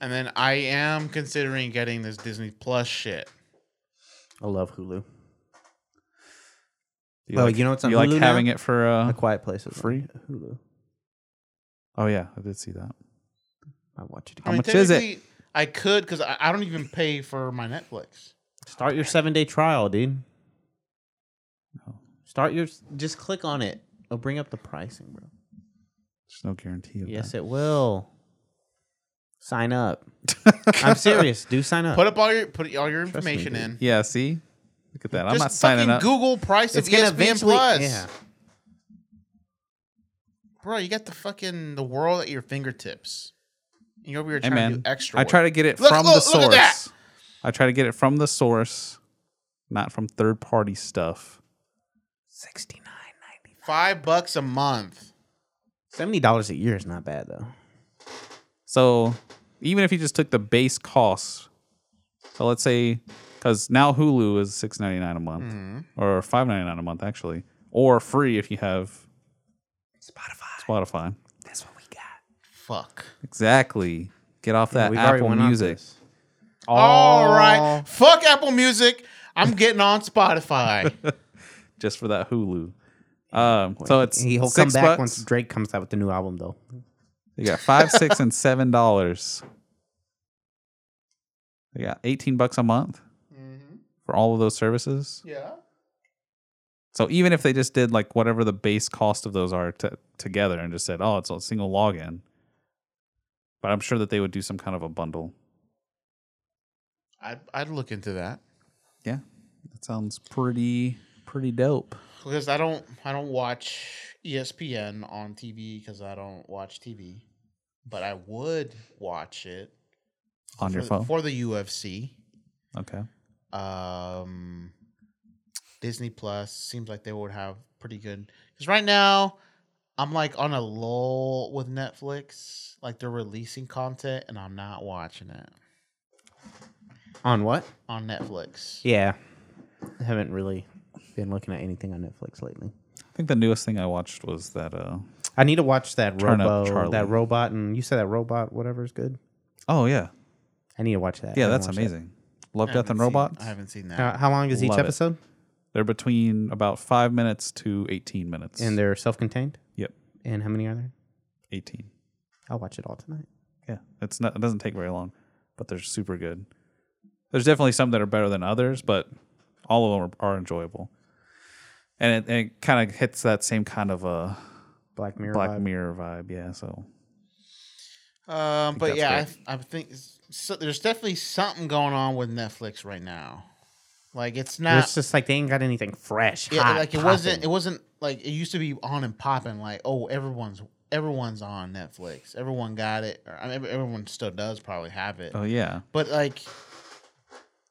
And then I am considering getting this Disney Plus shit. I love Hulu. Do you Well, like, you know it's on you like Hulu now? having it for? Uh, The Quiet Place is on free? Hulu. oh yeah, I did see that. I watch it. How Again. I much is it? technically, I could because I, I don't even pay for my Netflix. Start your seven day trial, dude. Start your. Just click on it. It'll bring up the pricing, bro. There's no guarantee of Yes, that. it will. Sign up. I'm serious. Do sign up. Put up all your put all your me, information dude. in. Yeah. See, look at that. I'm Just not signing fucking up. Google price of E ESPN Plus. Yeah. Bro, you got the fucking the world at your fingertips. You're over here Hey trying to man, do extra. I work. try to get it Look- from look- the look at that. source. I try to get it from the source, not from third party stuff. Sixty nine ninety. five bucks a month. Seventy dollars a year is not bad though. So even if you just took the base cost, so let's say because now Hulu is six ninety nine a month Mm-hmm. or five ninety nine a month actually, or free if you have Spotify. Spotify, Fuck. exactly. Get off that We've already Apple went off Music. this. All right. Fuck Apple Music. I'm getting *laughs* on Spotify. just for that Hulu. Um, so it's He'll come six back bucks. once Drake comes out with the new album though. You got five, six, and seven dollars. You got eighteen bucks a month for all of those services. Mm-hmm. yeah. So even if they just did like whatever the base cost of those are to together and just said, oh, it's a single login, but I'm sure that they would do some kind of a bundle. I'd, I'd look into that Yeah, that sounds pretty pretty dope. because I don't I don't watch E ESPN on TV because I don't watch TV, but I would watch it on your for- phone. for the UFC. Okay. um Disney Plus seems like they would have pretty good because right now I'm like on a lull with Netflix. Like they're releasing content and I'm not watching it On what? on Netflix. Yeah. I haven't really been looking at anything on Netflix lately. I think the newest thing I watched was that. Uh, I need to watch that Turn up robo, Charlie. that robot, and you said that robot, whatever's good. oh yeah, I need to watch that. I yeah, haven't that's watched amazing. Love, I Death, and haven't seen- Robots. I haven't seen that. that. How, how long is each Love it. episode? They're between about five minutes to eighteen minutes. And they're self-contained. yep, And how many are there? eighteen. I'll watch it all tonight. Yeah, it's not. It doesn't take very long, but they're super good. There's definitely some that are better than others, but all of them are, are enjoyable. And it, it kind of hits that same kind of uh, Black Mirror. Black vibe. Mirror vibe. Yeah, so um, but that's yeah, I, great. th- I think s- so, there's definitely something going on with Netflix right now. Like it's not It's just like they ain't got anything fresh. yeah, hot, like it wasn't. It popping. wasn't like it used to be on and popping. Like oh, everyone's everyone's on Netflix. Everyone got it. Or, I mean, everyone still does probably have it. oh yeah, But like,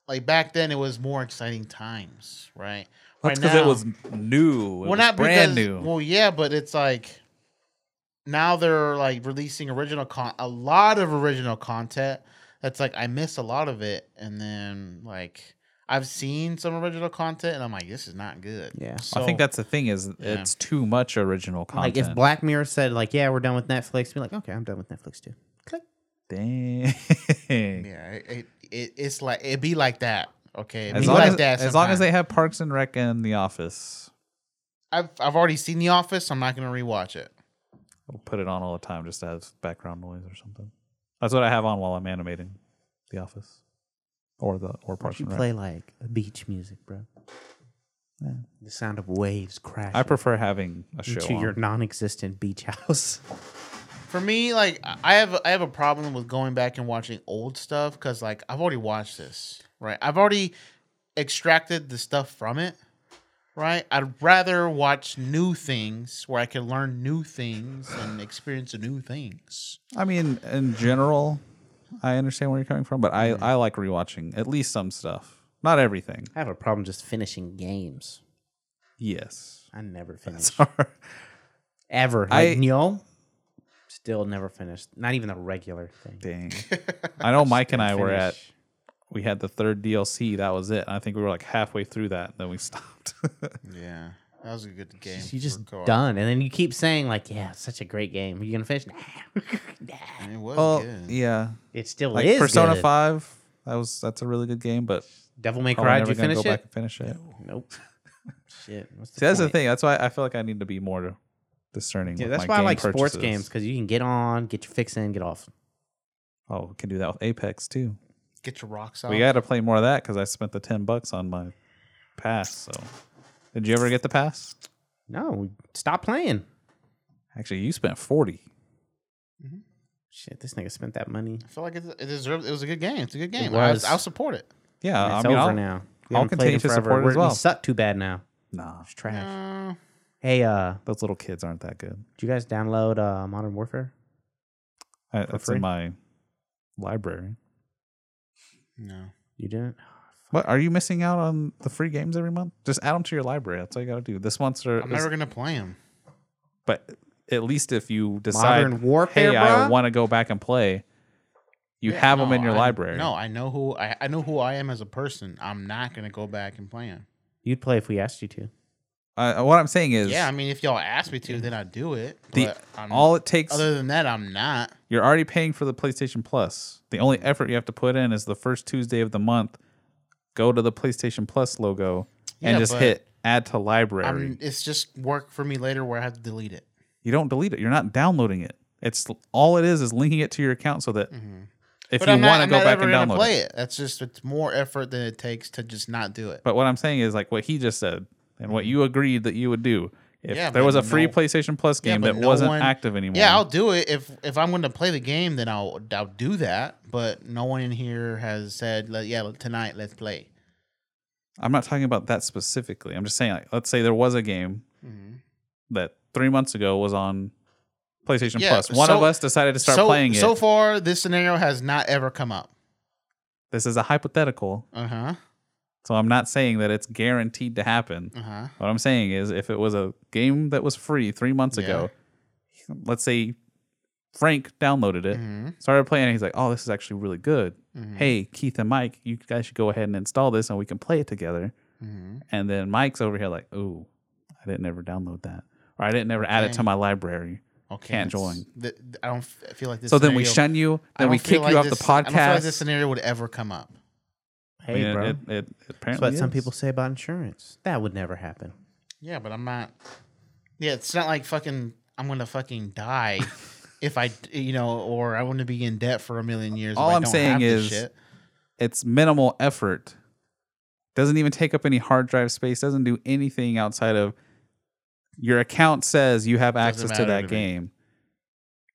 like back then, it was more exciting times, right? that's Right because it now- was new. It well, was not brand new. because, Well, yeah, but it's like now they're like releasing original con a lot of original content. That's like I miss a lot of it, and then like I've seen some original content, and I'm like, this is not good. Yeah. I think So- that's the thing is it's too much original Like content. if Black Mirror said like, yeah, we're done with Netflix, be like, okay, I'm done with Netflix too. Click. Dang. Yeah, it, it, it it's like it be like that. Okay, *laughs* it As be long, like as, that. as long as sometime. they have Parks and Rec and The Office, I've I've already seen The Office. I'm not gonna rewatch it. I'll put it on all the time just as background noise or something. That's what I have on while I'm animating The Office or the or Parks You and Rec. play like beach music, bro. The sound of waves crashing I prefer having a show into on. your non-existent beach *laughs* house. For me, like I have I have a problem with going back and watching old stuff because like I've already watched this, right? I've already extracted the stuff from it, right? I'd rather watch new things where I can learn new things and experience new things. I mean, in general, I understand where you're coming from, but I, I like rewatching at least some stuff. Not everything. I have a problem just finishing games. Yes. I never *laughs* finish Sorry. ever. I- Like, Nyo, still never finished. Not even the regular thing. Dang. I *laughs* know Mike and I Didn't were at finish. we had the third DLC. That was it. I think we were like halfway through that, and then we *laughs* stopped. Yeah, that was a good game. You for just co-op. done, and then you keep saying like, "Yeah, it's such a great game." Are you gonna finish? Nah. And It was Oh good. yeah, It still like is. Persona good. Five. That was that's a really good game, but Devil May probably Cry. Did never you gonna finish go it? back and finish it. *laughs* Nope. Shit. What's the See, that's the point? thing. That's why I feel like I need to be more discerning. Yeah, with that's my why I game like sports purchases. games because you can get on, get your fix in, get off. Oh, we can do that with Apex too. Get your rocks Oh. off. We got to play more of that because I spent the ten bucks on my pass. So, did you ever get the pass? No, stop playing. Actually, you spent forty. Shit, this nigga spent that money. I feel like it, it deserves. It was a good game. It's a good game. was. I, I'll support it. Yeah, And it's Uh, I mean, over I'll- now. I'll haven't played continue in to forever. support it We're- as well. We suck too bad now. Nah, It's trash. Uh, Hey, uh, those little kids aren't that good. did you guys download uh, Modern Warfare? I, that's free? in my library. no. You didn't. What are you missing out on the free games every month? Just add them to your library. That's all you got to do. This month's are, I'm never gonna play him. but at least if you decide, Modern Warfare, hey, I bruh? want to go back and play, you Yeah, have them no, in your I- library. No, I know who I, I know who I am as a person. I'm not gonna go back and play him. You'd play if we asked you to. Uh, what I'm saying is, Yeah, I mean, if y'all ask me to, then I do it. the, but I'm, all it takes, other than that, I'm not. you're already paying for the PlayStation Plus. The only effort you have to put in is the first Tuesday of the month, go to the PlayStation Plus logo and Yeah, just but hit add to library. I'm, it's just work for me later where I have to delete it. you don't delete it. You're not downloading it. It's all it is is linking it to your account so that if Mm-hmm. But you I'm not, want to I'm go not back ever and gonna download play it. it. That's just it's more effort than it takes to just not do it. But what I'm saying is like what he just said and what you agreed that you would do. If Mm-hmm. Yeah, there but was a free no- PlayStation Plus Yeah, game but that no wasn't one- active anymore, Yeah, I'll do it if if I'm going to play the game, then I'll I'll do that. But no one in here has said, "Let- "Yeah, tonight let's play." I'm not talking about that specifically. I'm just saying like let's say there was a game Mm-hmm. that three months ago was on PlayStation Yeah, Plus. One so- of us decided to start so, playing it. So far, this scenario has not ever come up. This is a hypothetical, Uh huh. so I'm not saying that it's guaranteed to happen. Uh huh. What I'm saying is, if it was a game that was free three months ago, let's say Frank downloaded it, Mhm. started playing, and he's like, "Oh, this is actually really good. Mm-hmm. Hey, Keith and Mike, you guys should go ahead and install this, and we can play it together." Mhm. And then Mike's over here like, "Ooh, I didn't ever download that, or I didn't ever add it to Dang. my library." Okay. Can't that's- join. th- th- I don't f- feel like this. so then we scenario- shun you, I then we don't feel kick like you off the this- I podcast. don't feel like this scenario would ever come up. I mean, Hey, bro. it, it, it That's apparently what some is. people say about insurance. That would never happen. Yeah, but I'm not. Yeah, it's not like fucking. I'm gonna *laughs* fucking die if I, you know, or I want to be in debt for a million years. All if I I'm don't saying have this is- shit. it's minimal effort. Doesn't even take up any hard drive space. Doesn't do anything outside of your account says you have access to matter that to me. game.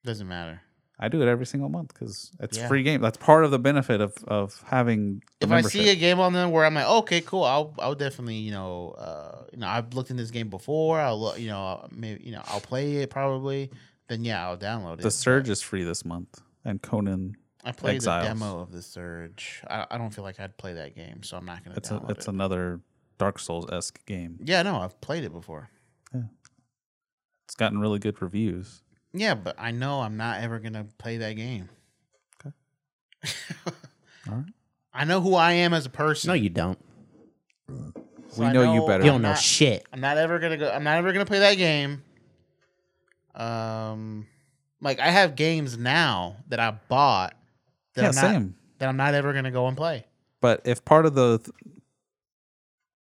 doesn't matter. I do it every single month because it's Yeah. free game. That's part of the benefit of of having. The If I see a game on there where I'm like, okay, cool, I'll I'll definitely, you know, uh, you know, I've looked in this game before. I'll, look, you know, maybe, you know, I'll play it probably. Then yeah, I'll download it. the Surge is free this month, and Conan. I played Exiles. the demo of the Surge. I, I don't feel like I'd play that game, so I'm not gonna. It's a, download it's it. another Dark Souls esque game. yeah, no, I've played it before. It's gotten really good reviews. Yeah, but I know I'm not ever gonna play that game. Okay. *laughs* All Alright. *laughs* I know who I am as a person. No, you don't. we I know, you know- better. You don't know not- shit. I'm not ever gonna go. I'm not ever gonna play that game. Um, like I have games now that I bought that yeah, I'm not, same. that I'm not ever gonna go and play. But if part of the th-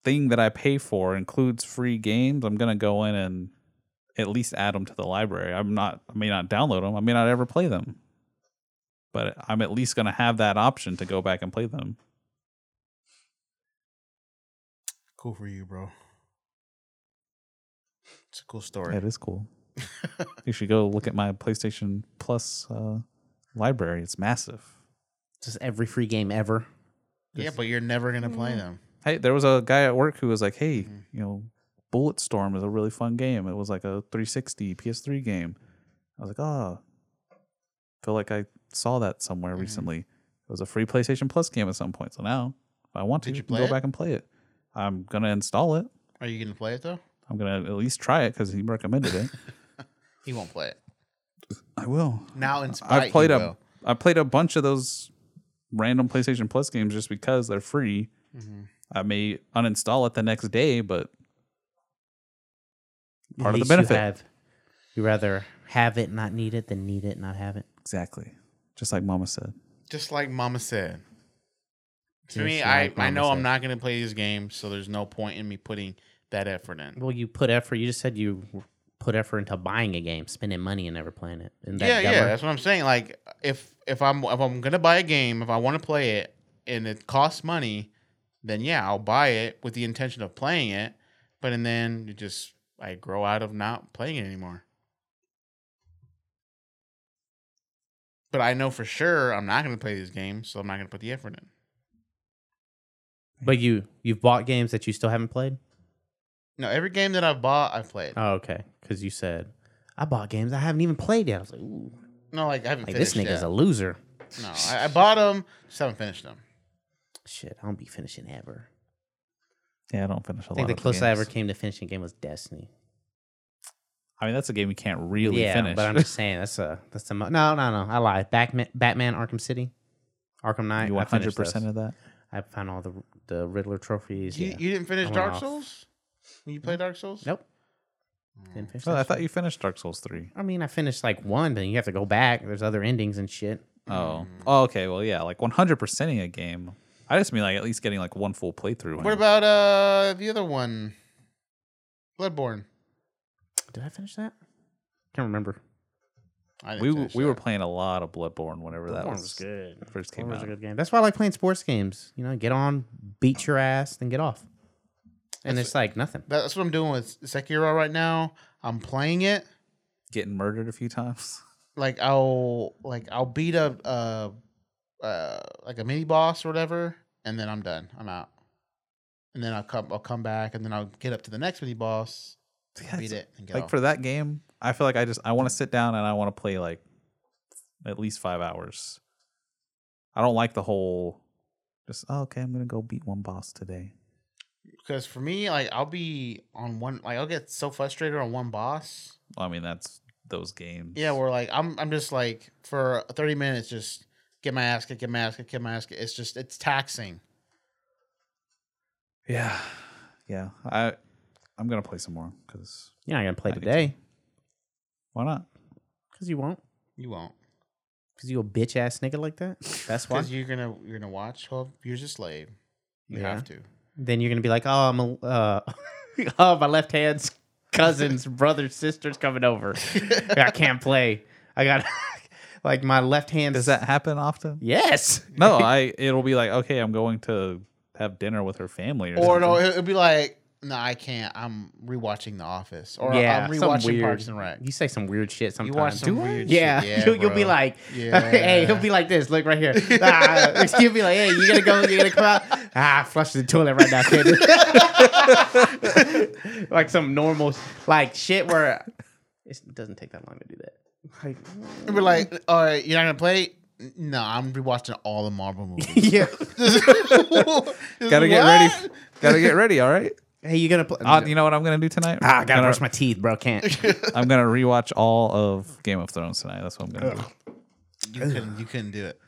thing that I pay for includes free games, I'm gonna go in and at least add them to the library. I'm not. I may not download them. I may not ever play them. But I'm at least gonna have that option to go back and play them. Cool for you, bro. It's a cool story. That is cool. you should go look at my PlayStation Plus uh, library. It's massive. Just every free game ever. yeah, but you're never gonna play them. Hey, there was a guy at work who was like, "Hey, Mm-hmm. you know, Bulletstorm is a really fun game. It was like a 360 PS3 game." I was like, "Oh, feel like I saw that somewhere Mm-hmm. recently. It was a free PlayStation Plus game at some point. So now, if I want to, Did you I can play go it? back and play it. I'm gonna install it. Are you gonna play it though? I'm gonna at least try it because he recommended *laughs* it. He won't play it I will. now. In spite, I played he a will. I played a bunch of those random PlayStation Plus games just because they're free. Mm-hmm. I may uninstall it the next day, but Part of the least you benefit. have- You rather have it, not need it, than need it, not have it. exactly, just like Mama said, Just like Mama said. To Just me, like I, I Mama know I'm said. not gonna play these games, so there's no point in me putting that effort in. Well, you put effort. You just said you put effort into buying a game, spending money, and never playing it. Isn't that yeah, yeah, dumber? that's what I'm saying. Like if if I'm if I'm gonna buy a game, if I want to play it and it costs money, then yeah, I'll buy it with the intention of playing it. But and then it just I grow out of not playing it anymore. But I know for sure I'm not gonna play these games, so I'm not gonna put the effort in. But you you've bought games that you still haven't played. No, every game that I've bought, I've played. Oh, okay. Because you said I bought games I haven't even played yet. I was like, Ooh, No, like I haven't like this finished nigga's yet. a loser. No, *laughs* I, I bought them, just haven't finished them. Shit, I don't be finishing ever. yeah, I don't finish a I lot. think the of closest I games. ever came to finishing a game was Destiny. I mean, that's a game you can't really yeah, finish. but I'm just saying that's a that's the mo- no no no I lied. Batman, Batman Arkham City, Arkham Knight. you I want hundred finished those. percent of that? I found all the the Riddler trophies. You, yeah. you didn't finish I went Dark off. Hmm? Souls? When you play Dark Souls? nope. Didn't finish Well, Oh, I that thought shit. you finished Dark Souls three. I mean, I finished like one, but you have to go back. There's other endings and shit. Oh, oh, okay. Well, yeah, like one hundred percenting a game. I just mean like at least getting like one full playthrough. in. What about uh the other one? Bloodborne. Did I finish that? Can't remember. I didn't we finish we that. were playing a lot of Bloodborne whenever that Bloodborne was, was good. first came Bloodborne out. was a good game. That's why I like playing sports games. You know, get on, beat your ass, then get off. And That's- it's like nothing. That's what I'm doing with Sekiro right now. I'm playing it. Getting murdered a few times. Like I'll like I'll beat a uh uh like a mini boss or whatever, and then I'm done. I'm out. And then I'll come I'll come back and then I'll get up to the next mini boss, Yeah, beat it's- it, and get like off. for that game, I feel like I just I want to sit down and I want to play like at least five hours. I don't like the whole Just "Oh, okay, I'm gonna go beat one boss today. Because for me, like I'll be on one, like I'll get so frustrated on one boss. Well, I mean, that's those games. Yeah, where like I'm, I'm just like for thirty minutes, just get my ass kicked, get my ass kicked, get my ass kicked. It's just, it's taxing. yeah, yeah. I I'm gonna play some more because You're not gonna play I think today why not? because you won't. You won't, Because you a bitch ass nigga like that. That's why. because you're gonna, you're gonna watch Twelve Years a Slave. You Yeah. have to. then you're gonna be like, oh, I'm a, uh, *laughs* oh, my left hand's *laughs* cousins, brothers, sisters coming over. I can't play. I got *laughs* like my left hand. Does that happen often? Yes. No, *laughs* I. It'll be like okay, I'm going to have dinner with her family or, Or something. no, it- it'd be like, no, I can't. I'm rewatching The Office, or yeah. I'm something rewatching weird. Parks and Rec. Uh, You say some weird shit You watch sometimes. some weird yeah, *laughs* shit. you'll, you'll be bro. like, Yeah. hey, he'll be like this. Look right here. Ah, *laughs* you'll be like, hey, you gonna go? You gonna come out? Ah, flush the toilet right now, kid. *laughs* like some normal, like shit where it doesn't take that long to do that. *laughs* Like, It'd be like, all right, you're not gonna play. N- No, I'm rewatching all the *laughs* Marvel movies. *laughs* yeah. Gotta get ready. Gotta get ready. All right. Hey, you gonna play? Uh, you know what I'm gonna do tonight? ah, I gotta Gonna- brush my teeth, bro. *laughs* Can't. I'm gonna rewatch all of Game of Thrones tonight. That's what I'm gonna do. You couldn't. You couldn't do it.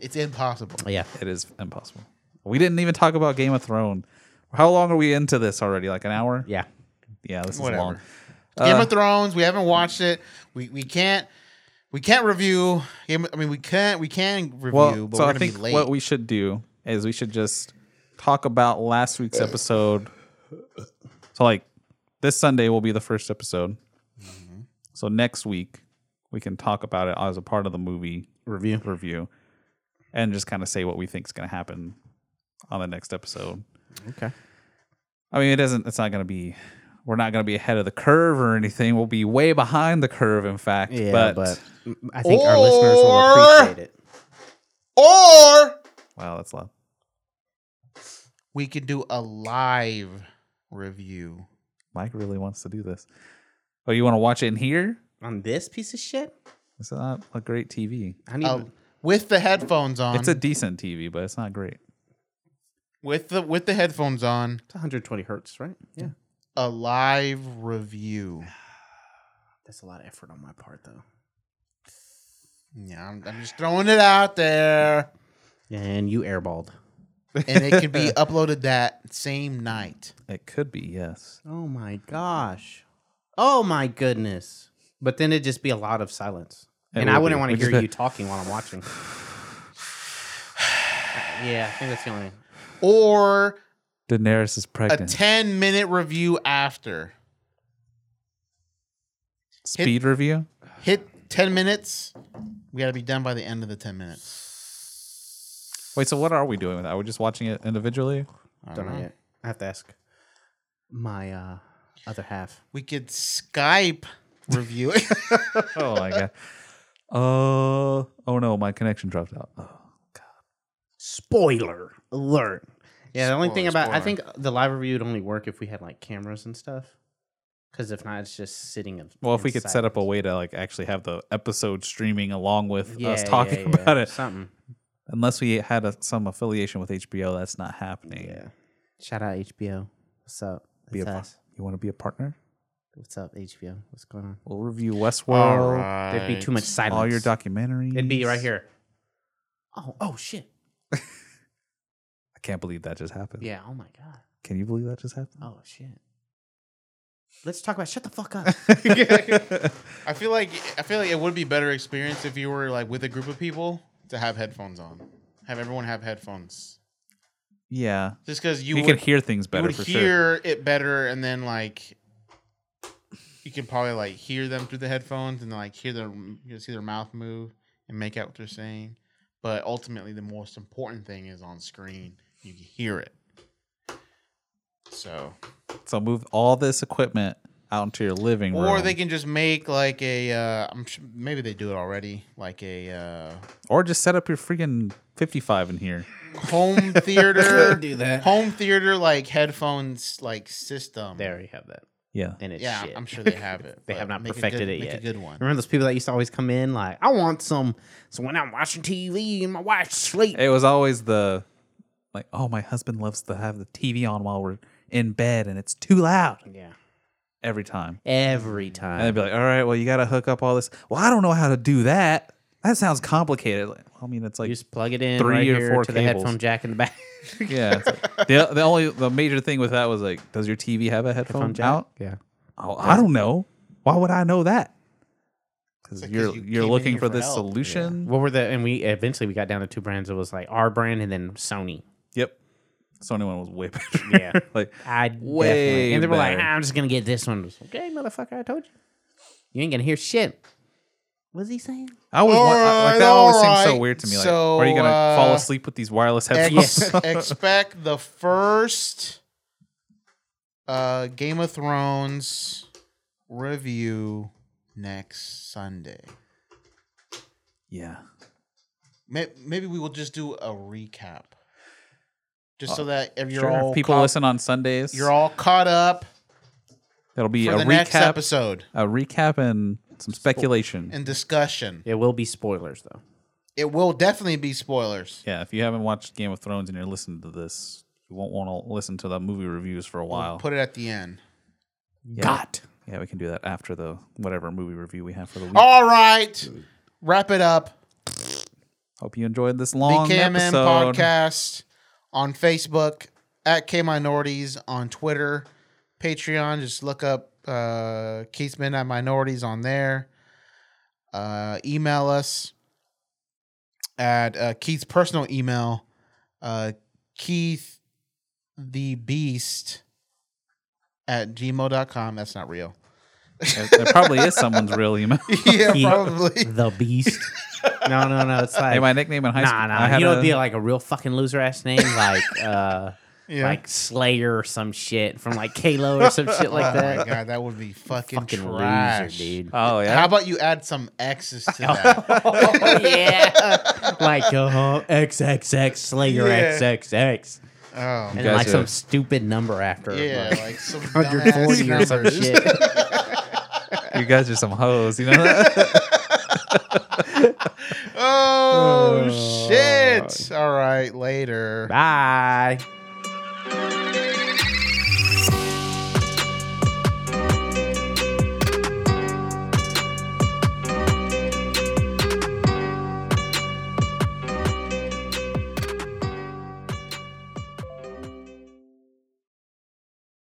It's impossible. yeah. It is impossible. We didn't even talk about Game of Thrones. How long are we into this already? Like an hour? Yeah. Yeah, this Whatever. is long. Uh. Game of Thrones. We haven't watched it. We we can't. We can't review. Game, of- I mean, we can't. We can review, Well, but so we're I gonna think be late. what we should do is we should just talk about last week's episode. So like this Sunday will be the first episode. Mm-hmm. So next week we can talk about it as a part of the movie Review. review and just kind of say what we think is going to happen on the next episode. Okay. I mean, it doesn't, it's not going to be, we're not going to be ahead of the curve or anything. We'll be way behind the curve, in fact. Yeah, but, but, I think our listeners will Or- appreciate it. or wow, that's loud. we could do a live review. Mike really wants to do this. Oh, you want to watch it in here? On this piece of shit, It's not a great TV. I need. Uh, with the headphones on. It's a decent TV, but it's not great. with the with the headphones on. It's 120 hertz, right? Yeah. A live review. That's a lot of effort on my part, though. Yeah, I'm, I'm just throwing it out there, And you airballed. and it *laughs* could be uploaded that same night. It could be, yes. Oh my gosh. Oh my goodness. But then it'd just be a lot of silence. It and I would wouldn't be. want to Which is hear the- you talking while I'm *sighs* watching. yeah, I think that's the only. Or Daenerys is a pregnant. 10 minute review after. Speed review? Hit 10 minutes. We got to be done by the end of the 10 minutes. Wait, so what are we doing with that? Are we just watching it individually? I Don't don't know know. yet. I have to ask my uh, other half. We could Skype review *laughs* it. oh my god. Uh oh no, my connection dropped out. Oh. Spoiler alert. Yeah, the only thing Spoiler, about I spoiler. think the live review would only work if we had like cameras and stuff. Because if not, it's just sitting. in- Well, if in we could set up a silence. way to like actually have the episode streaming along with Yeah, us yeah, talking yeah, about it, something. unless we had a, some affiliation with HBO, that's not happening. Yeah. Shout out HBO. What's up? Be a It's par- us. You want to be a partner? What's up, HBO? What's going on? We'll review Westworld, All right. There'd be too much *laughs* silence. all your documentaries. It'd be right here. Oh, oh shit. I can't believe that just happened. Yeah. Oh my god. Can you believe that just happened? Oh shit. Let's talk about. Shut *laughs* the fuck up. *laughs* I feel like I feel like it would be better experience if you were like with a group of people to have headphones on. Have everyone have headphones. Yeah. Just cuz you, You, would can hear things you better would for sure. hear it better and then like you can probably like hear them through the headphones and like hear their you can see their mouth move and make out what they're saying but ultimately the most important thing is on screen you can hear it so So move all this equipment out into your living room. or they can just make like a uh i'm sure maybe they do it already like a uh or just set up your freaking 55 in here. *laughs* home theater do that. home theater like headphones like system They already have that, Yeah. and it's yeah shit. i'm *laughs* sure they have it They but have not make a perfected good- it make yet. a good one Remember those people that used to always come in like, I want some. So when I'm watching TV and my wife's asleep, It was always the like, oh, my husband loves to have the TV on while we're in bed and it's too loud Yeah. every time. Every And they'd time. be like, all right, well, you got to hook up all this. Well, I don't know how to do that. That sounds complicated. Like, I mean, it's you like, just plug it in three right or here four to the cables. headphone jack in the back. *laughs* yeah. it's like- the, the only, the major thing with that was like, does your TV have a headphone, Phone jack. out? Yeah. Oh, I don't know. Why would I know that? Because It's like, you're 'cause you you came are in looking here for for this help. solution. What were the and we eventually we got down to two brands. It was like our brand and then Sony. Yep. Sony one was way *laughs* better. Yeah. like I Way definitely and they were like, better. "Ah, I'm just gonna get this one. I was like, okay, motherfucker, I told you. You ain't gonna hear shit. What's he saying? I was wa- I- like Alright, that always seems so alright. weird to me. Like, So, are you gonna fall uh, asleep with these wireless headphones? *laughs* Ex- *laughs* expect the first uh, Game of Thrones review next Sunday. yeah. May- Maybe we will just do a recap, just so that if you're Uh, Sure. all If people caught, listen on Sundays. you're all caught up that'll be for a the next recap, episode a recap, and some speculation. and discussion. It will be spoilers though. It will definitely be spoilers. yeah. If you haven't watched Game of Thrones and you're listening to this, you won't want to listen to the movie reviews for a while. Put it at the end. yeah. Got. Yeah, we can do that after the whatever movie review we have for the week. Oh! All right, wrap it up. Hope you enjoyed this the long KMN episode. *laughs* podcast on Facebook at K Minorities on Twitter, Patreon. Just look up uh, Keith's Midnight Minorities on there. Uh, email us at uh, Keith's personal email, uh, Keith the Beast at gmail.com. That's not real. There- there probably is someone's real *laughs* email. yeah, Keith. probably. *laughs* The beast. *laughs* no, no, no. It's like Hey, my nickname in high nah, school. nah. I had you don't a- be like a real fucking loser ass *laughs* name like uh Yeah. like Slayer or some shit from like Kalo *laughs* or some shit like oh my that. god, that would be fucking, Fucking trash. loser, dude. Oh yeah. How about you add some X's to *laughs* that? oh yeah, *laughs* like uh-huh, XXX Slayer Yeah. XXX, oh, and guys then, like some are- stupid number after. yeah, like, like some 140 or dumbass some numbers. shit. *laughs* You guys are some hoes. You know that? Oh shit! All right, later. Bye.